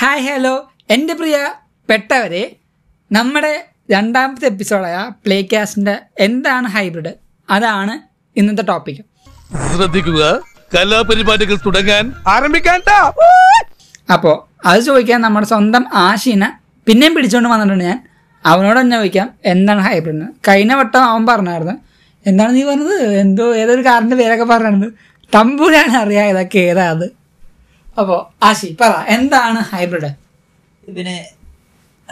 Hello എൻ്റെ പ്രിയ പെട്ടവരെ നമ്മുടെ രണ്ടാമത്തെ എപ്പിസോഡായ പ്ലേ കാസ്റ്റിൻ്റെ എന്താണ് ഹൈബ്രിഡ് അതാണ് ഇന്നത്തെ ടോപ്പിക് ശ്രദ്ധിക്കുക കലാപരിപാടികൾ തുടങ്ങാൻ ആരംഭിക്കാൻ അപ്പോൾ അത് ചോദിക്കാൻ നമ്മുടെ സ്വന്തം ആശീനെ പിന്നെയും പിടിച്ചുകൊണ്ട് വന്നിട്ടുണ്ട് ഞാൻ അവനോട് തന്നെ ചോദിക്കാം എന്താണ് ഹൈബ്രിഡ് കഴിഞ്ഞ വട്ടം അവൻ പറഞ്ഞായിരുന്നു എന്താണ് നീ പറഞ്ഞത് എന്തോ ഏതൊരു കാറിൻ്റെ പേരൊക്കെ പറഞ്ഞിരുന്നു തമ്പൂരാണ് അറിയാം ഇതൊക്കെ ഏതാ അത് അപ്പോൾ ആശി പറ എന്താണ് ഹൈബ്രിഡ് പിന്നെ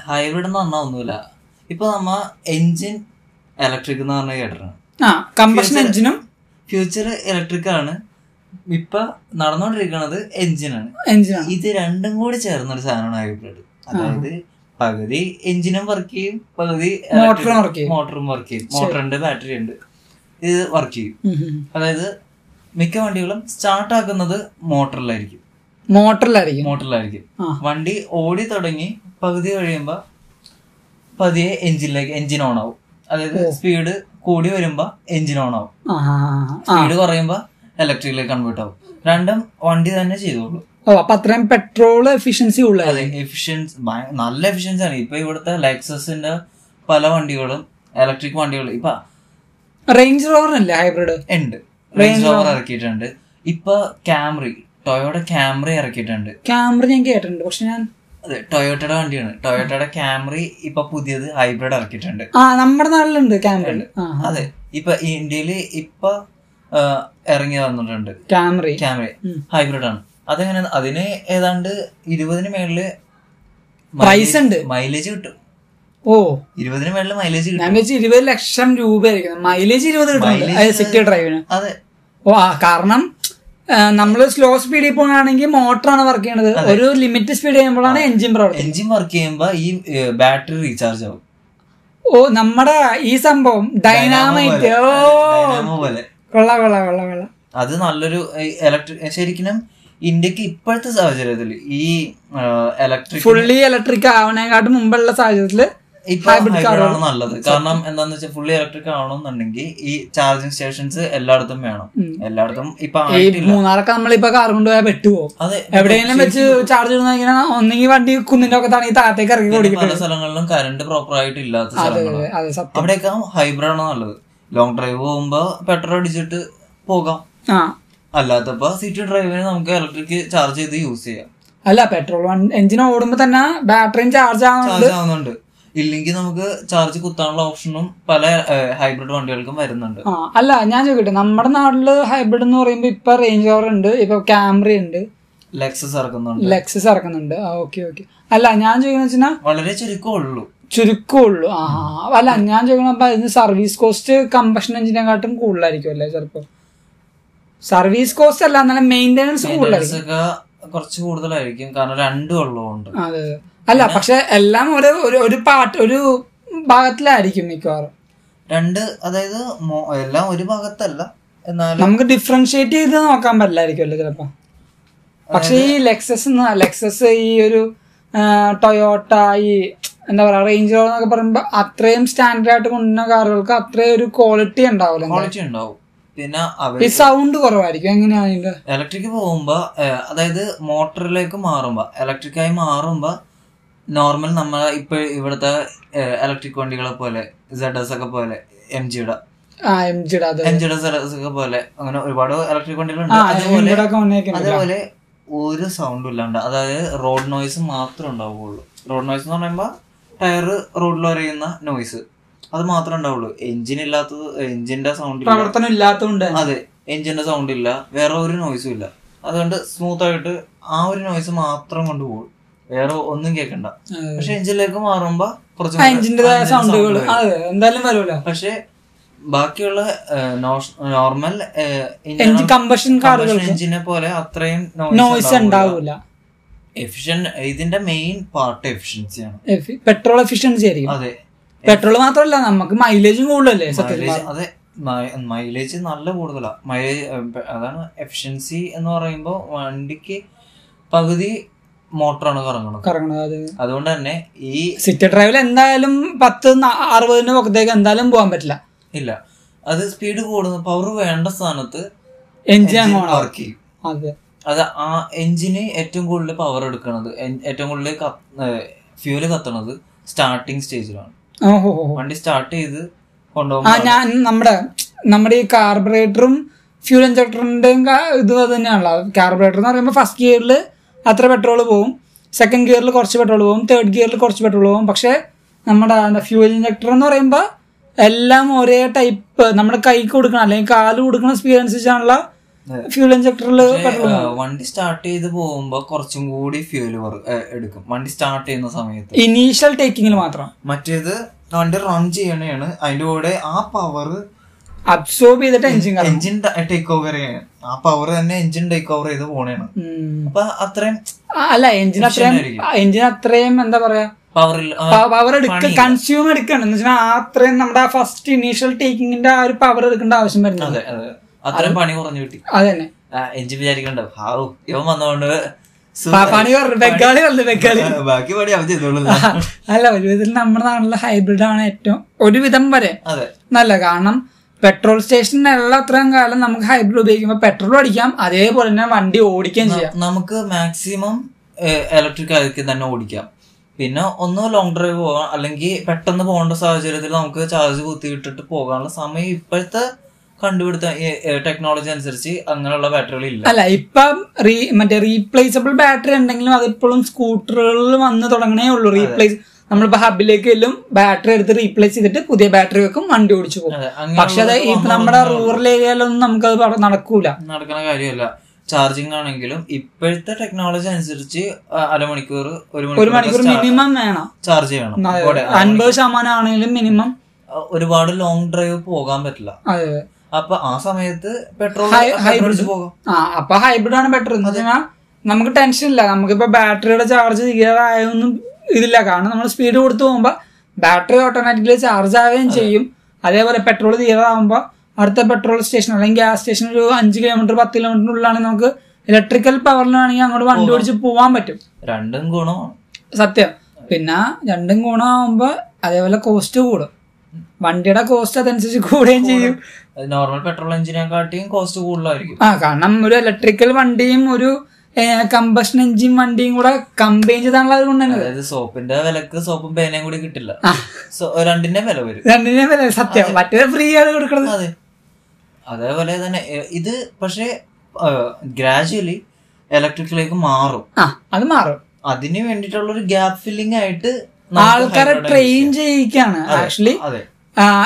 ഹൈബ്രിഡ് എന്ന് പറഞ്ഞാൽ ഒന്നുമില്ല ഇപ്പൊ നമ്മ എൻജിൻ ഇലക്ട്രിക് എന്ന് പറഞ്ഞ കേട്ടിട്ടുണ്ട് ആ കമ്പഷൻ എഞ്ചിനും ഫ്യൂച്ചർ ഇലക്ട്രിക് ആണ് ഇപ്പൊ നടന്നുകൊണ്ടിരിക്കുന്നത് എൻജിനാണ് എഞ്ചിനാണ് ഇത് രണ്ടും കൂടി ചേർന്നൊരു സാധനമാണ് ഹൈബ്രിഡ് അതായത് പകുതി എഞ്ചിനും വർക്ക് ചെയ്യും പകുതി മോട്ടറും work ചെയ്യും. മോട്ടറും വർക്ക് ചെയ്യും മോട്ടറുണ്ട് ബാറ്ററി ഉണ്ട് ഇത് വർക്ക് ചെയ്യും ഉം ഉം. അതായത് മിക്ക വണ്ടികളും സ്റ്റാർട്ട് ആക്കുന്നത് മോട്ടറിലായിരിക്കും മോട്ടറിലായിരിക്കും മോട്ടറിലായിരിക്കും ആ. വണ്ടി ഓടി തുടങ്ങി പകുതി കഴിയുമ്പോൾ പതിയെ എഞ്ചിനിലേക്ക് എഞ്ചിൻ ഓൺ ആവും അതായത് സ്പീഡ് കൂടി വരുമ്പോൾ എഞ്ചിൻ ഓൺ ആവും ആ, ആ, ആ. സ്പീഡ് കുറയുമ്പോൾ ഇലക്ട്രിക്കിലേക്ക് കൺവേർട്ട് ആവും രണ്ടും വണ്ടി തന്നെ ചെയ്തോളൂ ഓ അപ്പൊ അത്രയും പെട്രോൾ എഫിഷ്യൻസി ഉള്ളത് അതെ എഫിഷ്യൻസ് നല്ല എഫിഷ്യൻസി ആണ് ഇപ്പൊ ഇവിടുത്തെ ലെക്സസിന്റെ പല വണ്ടികളും ഇലക്ട്രിക് വണ്ടികളും ഇപ്പൊ റേഞ്ച് റോവർ അല്ലേ ഹൈബ്രിഡ് ഉണ്ട് റേഞ്ച് റോവർ ഇറക്കിയിട്ടുണ്ട് ഇപ്പൊ ക്യാമറി ടൊയോയുടെ ക്യാമറി ഇറക്കിയിട്ടുണ്ട് ക്യാമറ ഞാൻ കേട്ടിട്ടുണ്ട് പക്ഷെ ഞാൻ അതെ ടൊയോട്ടയുടെ വണ്ടിയാണ് ടൊയോട്ടയുടെ ക്യാമറി ഇപ്പൊ പുതിയത് ഹൈബ്രിഡ് ഇറക്കിയിട്ടുണ്ട് ആ നമ്മുടെ നാട്ടിലുണ്ട് ക്യാമറ ആ അതെ ഇപ്പൊ ഇന്ത്യയിൽ ഇപ്പൊ ആ, ഇറങ്ങി വന്നിട്ടുണ്ട് ക്യാമറ ക്യാമറ ഉം. ഹൈബ്രിഡ് ആണ് അതെങ്ങനെ അതിന് ഏതാണ്ട് ഇരുപതിന് മേളില് Price ഉണ്ട്. മൈലേജ് കിട്ടും ഓ ഇരുപതിന് മേളില് മൈലേജ് ഞാൻ കിട്ടും വെച്ച് ഇരുപത് ലക്ഷം രൂപയായിരിക്കും മൈലേജ് ഇരുപത് കിട്ടുന്നുണ്ട് Mileage- സിറ്റി ഡ്രൈവിന് അതെ ഓ ആ കാരണം നമ്മൾ സ്ലോ സ്പീഡിൽ പോകുകയാണെങ്കിൽ മോട്ടറാണ് വർക്ക് ചെയ്യണത് ഒരു ലിമിറ്റ് സ്പീഡ് ചെയ്യുമ്പോഴാണ് എഞ്ചിൻ പ്രവർത്തിക്കുന്നത് എഞ്ചിൻ വർക്ക് ചെയ്യുമ്പോ ഈ ബാറ്ററി റീചാർജ് ആവും ഓ നമ്മുടെ ഈ സംഭവം ഡൈനാമൈറ്റ് ഓ ഡൈനാമോ പോലെ കൊള്ളാം കൊള്ളാം കൊള്ളാം കൊള്ളാം അത് നല്ലൊരു ഇലക്ട്രിക് ശരിക്കും ഇന്ത്യക്ക് ഇപ്പോഴത്തെ സാഹചര്യത്തിൽ ഈ ഇലക്ട്രിക് ഫുള്ളി ഇലക്ട്രിക് ആവണേക്കാട്ടും മുമ്പുള്ള സാഹചര്യത്തില് ഇപ്പൊ hybrid ആണ് നല്ലത് കാരണം എന്താന്ന് വെച്ചാൽ ഫുള്ളി ഇലക്ട്രിക് ആവണമെന്നുണ്ടെങ്കിൽ ഈ ചാർജിങ് സ്റ്റേഷൻസ് എല്ലായിടത്തും വേണം എല്ലായിടത്തും ഇപ്പൊ ഈ ആയിട്ടില്ല മൂന്നാറൊക്കെ നമ്മളിപ്പോ കാർ കൊണ്ടുപോയാൽ പെട്ടുപോകും അതെ എവിടെയെങ്കിലും വെച്ച് ചാർജ് ഇടുന്ന ഇങ്ങനെ ഒന്നെങ്കിൽ വണ്ടി കുന്നിന്റെ ഒക്കെ താണെങ്കിൽ താഴത്തേക്ക് ഇറങ്ങി പിന്നെ പല ഓടിക്കും സ്ഥലങ്ങളിലും കറണ്ട് പ്രോപ്പർ ആയിട്ട് ഇല്ലാത്ത അതെ സ്ഥലങ്ങളാണ് അതെ സത്യം അവിടെയൊക്കെ ഹൈബ്രിഡ് ആണ് നല്ലത് ലോങ് ഡ്രൈവ് പോകുമ്പോ പെട്രോൾ അടിച്ചിട്ട് പോകാം ആ അല്ലാത്തപ്പോ സിറ്റി ഡ്രൈവിന് നമുക്ക് ഇലക്ട്രിക് ചാർജ് ചെയ്ത് യൂസ് ചെയ്യാം അല്ല പെട്രോൾ എഞ്ചിൻ ഓടുമ്പോ തന്നെ ബാറ്ററിയും ചാർജ് ആവുന്നുണ്ട് ചാർജ് ആവുന്നുണ്ട് ഇല്ലെങ്കിൽ നമുക്ക് ചാർജ് കുത്താനുള്ള ഓപ്ഷനും പല ഹൈബ്രിഡ് വണ്ടികൾക്കും വരുന്നുണ്ട് ആ അല്ല ഞാൻ ചോദിക്കട്ടെ നമ്മുടെ നാട്ടില് ഹൈബ്രിഡ് എന്ന് പറയുമ്പോ ഇപ്പൊ റേഞ്ച് ഓവർ ഉണ്ട് ഇപ്പൊ ക്യാമറ ഉണ്ട് ലെക്സസ് ഇറക്കുന്നുണ്ട് ലെക്സസ് ഇറക്കുന്നുണ്ട് ഓക്കെ ഓക്കെ അല്ല ഞാൻ ചോദിക്കുന്നത് വെച്ചാൽ വളരെ ചുരുക്കമുള്ളൂ ചുരുക്കമുള്ളൂ ആ അല്ല ഞാൻ ചോദിക്കണം അപ്പൊ അതിന് സർവീസ് കോസ്റ്റ് കമ്പഷൻ എഞ്ചിനെക്കാട്ടും കൂടുതലായിരിക്കും അല്ലേ ചിലപ്പോ സർവീസ് കോസ്റ്റ് അല്ല എന്നാലും മെയിൻ്റെനൻസ് കൂടുതലായിരിക്കും Letters ഒക്കെ കുറച്ച് കൂടുതലായിരിക്കും കാരണം രണ്ടും ഉള്ളതുകൊണ്ട് അതെ അതെ. അല്ല പക്ഷെ എല്ലാം ഒരു ഒരു ഒരു പാട്ട് ഒരു ഭാഗത്തിലായിരിക്കും മിക്കവാറും രണ്ട് അതായത് മോ- എല്ലാം ഒരു ഭാഗത്തല്ല എന്നാലും നമുക്ക് ഡിഫറൻഷിയേറ്റ് ചെയ്ത് നോക്കാൻ പറ്റില്ലായിരിക്കും അല്ലേ ചിലപ്പോ പക്ഷെ ഈ ലെക്സസ് ലെക്സസ് ഈ ഒരു ടൊയോട്ട ഈ എന്താ പറയാ റേഞ്ച് റോവർ എന്നൊക്കെ പറയുമ്പോൾ അത്രയും സ്റ്റാൻഡേർഡ് ആയിട്ട് കൊണ്ടുവരുന്ന കാറുകൾക്ക് അത്രയും ഒരു ക്വാളിറ്റി ഉണ്ടാവില്ല ക്വാളിറ്റി ഉണ്ടാവും പിന്നെ അവർ ഈ സൗണ്ട് കുറവായിരിക്കും എങ്ങനെയാണ് അതിന്റെ ഇലക്ട്രിക് പോകുമ്പോ ഏഹ്, അതായത് മോട്ടറിലേക്ക് മാറുമ്പോ ഇലക്ട്രിക്കായി മാറുമ്പോ നോർമൽ നമ്മൾ ഇപ്പൊ ഇവിടുത്തെ ഇലക്ട്രിക് വണ്ടികളെ പോലെ ZS ഒക്കെ പോലെ എം ജിയുടെ ആ എം ജിയുടെ അത് എം ജിയുടെ ZS ഒക്കെ പോലെ അങ്ങനെ ഒരുപാട് ഇലക്ട്രിക് ആ വണ്ടികളുണ്ട് എം അതുപോലെ ജിയുടെ ഒക്കെ വന്നേക്കുന്നുണ്ട് അതേപോലെ ഒരു സൗണ്ടും ഇല്ലാണ്ട് അതായത് റോഡ് നോയ്സ് മാത്രമേ ഉണ്ടാവുകയുള്ളൂ റോഡ് നോയ്സ് എന്ന് പറയുമ്പോൾ ടയർ റോഡിൽ അറിയുന്ന നോയ്സ് അത് മാത്രമേ ഉണ്ടാവുള്ളൂ എഞ്ചിൻ ഇല്ലാത്തത് എഞ്ചിന്റെ സൗണ്ട് ഇല്ല പ്രവർത്തനം ഇല്ലാത്തതുകൊണ്ട് തന്നെ. അതെ എഞ്ചിന്റെ സൗണ്ട് ഇല്ല വേറെ ഒരു നോയ്സും ഇല്ല അതുകൊണ്ട് സ്മൂത്ത് ആയിട്ട് ആ ഒരു നോയ്സ് മാത്രം കൊണ്ടുപോകും വേറെ ഒന്നും കേൾക്കണ്ട അതെ. പക്ഷെ എഞ്ചിനിലേക്ക് മാറുമ്പോ കുറച്ച് ആ എഞ്ചിൻ്റെതായ അതിന്റെ sound സൗണ്ടുകൾ വരും. അതെ എന്തായാലും വരുമല്ലോ പക്ഷെ ബാക്കിയുള്ള നോർമൽ എഞ്ചിൻ കമ്പഷൻ കാറുകൾക്ക് എഞ്ചിനെ പോലെ അത്രയും നോയ്സ് ഉണ്ടാവില്ല എഫിഷ്യൻ ഇതിന്റെ മെയിൻ പാർട്ട് എഫിഷ്യൻസിയാണ് പെട്രോൾ എഫിഷ്യൻസി ആയിരിക്കും അതെ പെട്രോൾ മാത്രമല്ല നമുക്ക് മൈലേജും കൂടുതലല്ലേ സത്യത്തിൽ മൈലേജ് അതെ മൈലേജ് നല്ല കൂടുതലാ മൈലേജ് അതാണ് എഫിഷ്യൻസി എന്ന് പറയുമ്പോൾ വണ്ടിക്ക് പകുതി മോട്ടറാണ് കറങ്ങുന്നത് കറങ്ങണത് അത് അതുകൊണ്ട് തന്നെ ഈ സിറ്റി ഡ്രൈവിൽ എന്തായാലും പത്ത് ന- അറുപതിന് പുറത്തേക്ക് എന്തായാലും പോകാൻ പറ്റില്ല ഇല്ല അത് സ്പീഡ് കൂടുന്നു പവർ വേണ്ട സ്ഥാനത്ത് എഞ്ചിൻ അങ്ങ് വർക്ക് ചെയ്യും അതെ അത് ആ എഞ്ചിന് ഏറ്റവും കൂടുതൽ പവർ എടുക്കണത് എൻ- ഏറ്റവും കൂടുതൽ ഫ്യൂല് കത്തണത് സ്റ്റാർട്ടിങ് സ്റ്റേജിലാണ് ഓഹോ ഓഹോ വണ്ടി സ്റ്റാർട്ട് ചെയ്ത് ആ കൊണ്ടുപോകുമ്പോൾ ഞാൻ നമ്മുടെ നമ്മുടെ ഈ കാർബറേറ്ററും ഫ്യൂൽ ഇഞ്ചക്ടറിൻ്റെയും ഇത് തന്നെയാണല്ലോ കാർബറേറ്റർ എന്ന് പറയുമ്പോൾ ഫസ്റ്റ് ഗിയറിൽ അത്ര പെട്രോൾ പോകും സെക്കൻഡ് ഗിയറിൽ കുറച്ച് പെട്രോൾ പോകും തേർഡ് ഗിയറിൽ കുറച്ച് പെട്രോൾ പോകും പക്ഷേ നമ്മുടെ ഫ്യൂൽ ഇഞ്ചക്ടർ എന്ന് പറയുമ്പോൾ എല്ലാം ഒരേ ടൈപ്പ് നമ്മുടെ കൈക്ക് കൊടുക്കണം അല്ലെങ്കിൽ കാല് കൊടുക്കുന്ന സ്പീഡ് അനുസരിച്ചാണല്ലോ ഫ്യൂൽ ഇഞ്ചക്ടറിൽ പെട്രോൾ വണ്ടി സ്റ്റാർട്ട് ചെയ്ത് പോകുമ്പോൾ കുറച്ചും കൂടി ഫ്യൂല് എടുക്കും വണ്ടി സ്റ്റാർട്ട് ചെയ്യുന്ന സമയത്ത് ഇനീഷ്യൽ ടേക്കിങ്ങിൽ മാത്രം മറ്റേത് വണ്ടി റൺ ചെയ്യണയാണ് അതിന്റെ കൂടെ ആ പവർ അബ്സോർബ് ചെയ്തിട്ട് എഞ്ചിൻ കറങ്ങും എഞ്ചിൻ ടേക്ക് ഓവർ ചെയ്യാണ് ആ പവർ തന്നെ എഞ്ചിൻ ടേക്ക് ഓവർ ചെയ്ത് പോണേണ് ഉം. അപ്പൊ അത്രയും ആ, അല്ല എഞ്ചിൻ അത്രയും എഞ്ചിൻ അത്രയും എന്താ പറയാ പവർ പവർ എടുക്ക കൺസ്യൂം എടുക്കണം എന്ന് വെച്ചാൽ അത്രയും നമ്മുടെ ആ ഫസ്റ്റ് ഇനീഷ്യൽ ടേക്കിങ്ങിന്റെ ആ ഒരു പവർ എടുക്കേണ്ട ആവശ്യം വരുന്നത് അതെ അതെ അത്രയും പണി കുറഞ്ഞു കിട്ടി അത് തന്നെ ആ, എഞ്ചിൻ വിചാരിക്കണ്ട ഹാവു ഇവൻ വന്നോണ്ട് സു- പ- പണി പറഞ്ഞു ബംഗാളി വന്നു ബംഗാളി ആ, ബാക്കി പണി അവൻ ചെയ്തോളൂ അല്ല ഒരു വിധത്തിൽ നമ്മുടെ നാട്ടിലെ ഹൈബ്രിഡ് ആണ് ഏറ്റവും ഒരുവിധം വരെ അതെ നല്ല കാരണം പെട്രോൾ സ്റ്റേഷനിലുള്ള അത്രയും കാലം നമുക്ക് ഹൈബ്രിഡ് ഉപയോഗിക്കുമ്പോൾ പെട്രോൾ അടിക്കാം അതേപോലെ തന്നെ വണ്ടി ഓടിക്കുകയും ചെയ്യാം നമുക്ക് മാക്സിമം ഇലക്ട്രിക് ആയിരിക്കും തന്നെ ഓടിക്കാം പിന്നെ ഒന്ന് ലോങ് ഡ്രൈവ് പോകാം അല്ലെങ്കിൽ പെട്ടെന്ന് പോകേണ്ട സാഹചര്യത്തിൽ നമുക്ക് ചാർജ് കുത്തിയിട്ടിട്ട് പോകാനുള്ള സമയം ഇപ്പോഴത്തെ കണ്ടുപിടുത്ത ടെക്നോളജി അനുസരിച്ച് അങ്ങനെയുള്ള ബാറ്ററികൾ ഇല്ല അല്ല ഇപ്പം റീ മറ്റേ റീപ്ലേസബിൾ ബാറ്ററി ഉണ്ടെങ്കിലും അതിപ്പോഴും സ്കൂട്ടറുകളിൽ വന്ന് തുടങ്ങണേ ഉള്ളൂ റീപ്ലേസ് നമ്മളിപ്പോ ഹബിലേക്ക് ചെല്ലും ബാറ്ററി എടുത്ത് റീപ്ലേസ് ചെയ്തിട്ട് പുതിയ ബാറ്ററി വെക്കും വണ്ടി ഓടിച്ചു പോകും അതെ, അങ്ങനെയുള്ള പക്ഷെ അത് ഈ സംഭവങ്ങൾ നമ്മുടെ റൂറൽ ഏരിയയിലൊന്നും നമുക്കത് പട- നടക്കൂല നടക്കുന്ന കാര്യമല്ല ചാർജിങ് ആണെങ്കിലും ഇപ്പോഴത്തെ ടെക്നോളജി അനുസരിച്ച് ആ, അരമണിക്കൂർ ഒരു ഒരു മണിക്കൂർ മിനിമം വേണം ചാർജ് ചെയ്യണം അതെ, ഇവിടെ അൻപത് ശതമാനം ആണെങ്കിലും മിനിമം ഒരുപാട് ലോങ് ഡ്രൈവ് പോകാൻ പറ്റില്ല അതെ അതെ. അപ്പൊ ആ സമയത്ത് പെട്രോൾ ഹൈ- പെട്രോൾ ഹൈബ്രിഡ് അടിച്ച് പോകാം ആ അപ്പൊ ഹൈബ്രിഡ് ആണ് ബെറ്റർ എന്ന് വെച്ചാൽ നമുക്ക് ടെൻഷൻ ഇല്ല നമുക്കിപ്പോ ബാറ്ററിയുടെ ചാർജ് തീരാറായൊന്നും ഇതില്ല കാരണം നമ്മൾ സ്പീഡ് കൊടുത്ത് പോകുമ്പോൾ ബാറ്ററി ഓട്ടോമാറ്റിക്കലി ചാർജ് ആവുകയും ചെയ്യും അതേപോലെ പെട്രോൾ തീരാറാവുമ്പോൾ അടുത്ത പെട്രോൾ സ്റ്റേഷൻ അല്ലെങ്കിൽ ഗ്യാസ് സ്റ്റേഷൻ ഒരു അഞ്ച് കിലോമീറ്റർ പത്ത് കിലോമീറ്ററിനുള്ളിലാണെങ്കിൽ നമുക്ക് ഇലക്ട്രിക്കൽ പവറിലാണെങ്കിൽ അങ്ങോട്ട് വണ്ടി ഓടിച്ച് പോകാൻ പറ്റും രണ്ടും ഗുണമാണ് സത്യം പിന്നെ രണ്ടും ഗുണമാകുമ്പോൾ അതേപോലെ കോസ്റ്റ് കൂടും വണ്ടിയുടെ കോസ്റ്റ് അതനുസരിച്ച് കൂടുകയും ചെയ്യും നോർമൽ പെട്രോൾ എഞ്ചിനെക്കാട്ടിയും കോസ്റ്റ് കൂടുതലായിരിക്കും ആ കാരണം ഒരു ഇലക്ട്രിക്കൽ വണ്ടിയും ഒരു കമ്പഷൻ എഞ്ചിൻ വണ്ടിയും കൂടെ കമ്പൈൻ ചെയ്താണുള്ളത് കൊണ്ട് തന്നെ അതായത് സോപ്പിന്റെ വിലക്ക് സോപ്പും പേനയും കൂടി കിട്ടില്ല സോ രണ്ടിന്റെ വില വരും രണ്ടിനെയും വില സത്യം മറ്റേത് ഫ്രീ ആണ് കൊടുക്കുന്നത് അതെ അതേപോലെ തന്നെ എ- ഇത് പക്ഷേ ഗ്രാജുവലി ഇലക്ട്രിക്കിലേക്ക് മാറും ആ അത് മാറും അതിന് വേണ്ടിയിട്ടുള്ള ഒരു ഗ്യാപ്പ് ഫില്ലിംഗ് ആയിട്ട് നമുക്ക് ആൾക്കാരെ hybrid ട്രെയിൻ ആയിരിക്കാം. ചെയ്യിക്കാണ് ആക്ച്വലി അതെ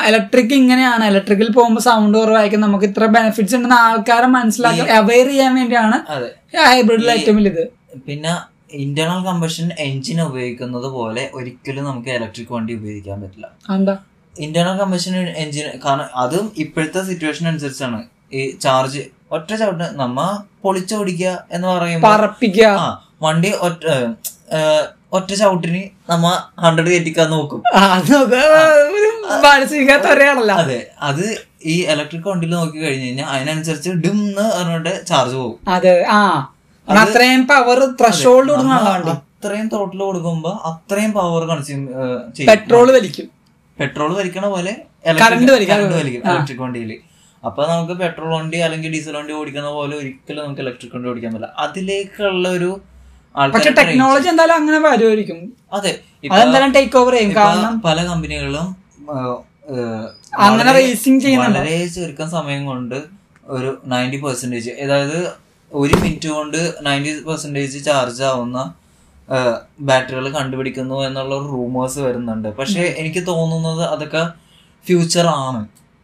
ഇലക്ട്രിക് ഇങ്ങനെയാണ് ഇലക്ട്രിക്കിൽ പോകുമ്പോൾ സൗണ്ട് കുറവായിരിക്കും നമുക്ക് ഇത്ര ബെനിഫിറ്റ്സ് ഉണ്ടെന്ന് ആൾക്കാരെ മനസ്സിലാക്കാൻ അവെയർ ചെയ്യാൻ വേണ്ടിയാണ് അതെ ഹൈബ്രിഡിൽ ഏറ്റവും വലുത് പിന്നെ ഇന്റേണൽ കമ്പഷൻ എഞ്ചിൻ ഉപയോഗിക്കുന്നത് പോലെ ഒരിക്കലും നമുക്ക് ഇലക്ട്രിക് വണ്ടി ഉപയോഗിക്കാൻ പറ്റില്ല എന്താ ഇന്റേണൽ കമ്പഷൻ എഞ്ചിൻ കാരണം അതും ഇപ്പോഴത്തെ സിറ്റുവേഷൻ അനുസരിച്ചാണ് ഈ ചാർജ് ഒറ്റ ചവിട്ട് നമ്മ പൊളിച്ചോടിക്കുക എന്ന് പറയുമ്പോൾ പറപ്പിക്കുക ആ വണ്ടി ഒറ്റ ഏ, ഏ, ഒറ്റ ചവിട്ടിന് നമ്മ ഹൺഡ്രഡ് കയറ്റിക്കാൻ നോക്കും ആ, അത് ഒരു മാനസികാത്ത ഒരാളല്ല അതെ അത് ഈ ഇലക്ട്രിക് വണ്ടിയിൽ നോക്കി കഴിഞ്ഞു കഴിഞ്ഞാൽ അതിനനുസരിച്ച് ഡിം എന്ന് പറഞ്ഞിട്ട് ചാർജ് പോകും അതെ ആ അത്രയും പവർ ത്രഷോൾഡ് കൊടുക്കുന്ന നമ്മ ആളാണ് അത്രയും തോട്ടിൽ കൊടുക്കുമ്പോ അത്രയും പവർ കൺസ്യൂം ഏ, ചെയ്യും പെട്രോൾ വലിക്കും പെട്രോൾ വലിക്കണ പോലെ Current വലിക്കും. ഇലക്ട്രിക് വണ്ടിയിൽ അപ്പൊ നമുക്ക് പെട്രോൾ വണ്ടി അല്ലെങ്കിൽ ഡീസൽ വണ്ടി ഓടിക്കുന്ന പോലെ ഒരിക്കലും നമുക്ക് ഇലക്ട്രിക് വണ്ടി ഓടിക്കാൻ പറ്റില്ല അതിലേക്കുള്ള ഒരു ആൾക്കാരെ പക്ഷെ train- ടെക്നോളജി എന്തായാലും അങ്ങനെ വരുമായിരിക്കും അതെ ഇപ്പൊ- അതെന്തായാലും ടേക്ക് ഓവർ ചെയ്യും ഇപ്പൊ കാരണം പല കമ്പനികളിലും ആ, ഏ, അങ്ങനെ വളരെ- racing ചെയ്യുന്നുണ്ട്. വളരെ ചുരുക്കം സമയം കൊണ്ട് ഒരു നയൻറ്റി പെർസെന്റേജ് അതായത് ഒരു മിനിറ്റ് കൊണ്ട് നയൻറ്റി പെർസെന്റേജ് ചാർജ് ആവുന്ന ബാറ്ററികൾ കണ്ടുപിടിക്കുന്നു എന്നുള്ള റൂമേഴ്സ് വരുന്നുണ്ട് പക്ഷെ എനിക്ക് തോന്നുന്നത് അതൊക്കെ ഫ്യൂച്ചർ ആണ്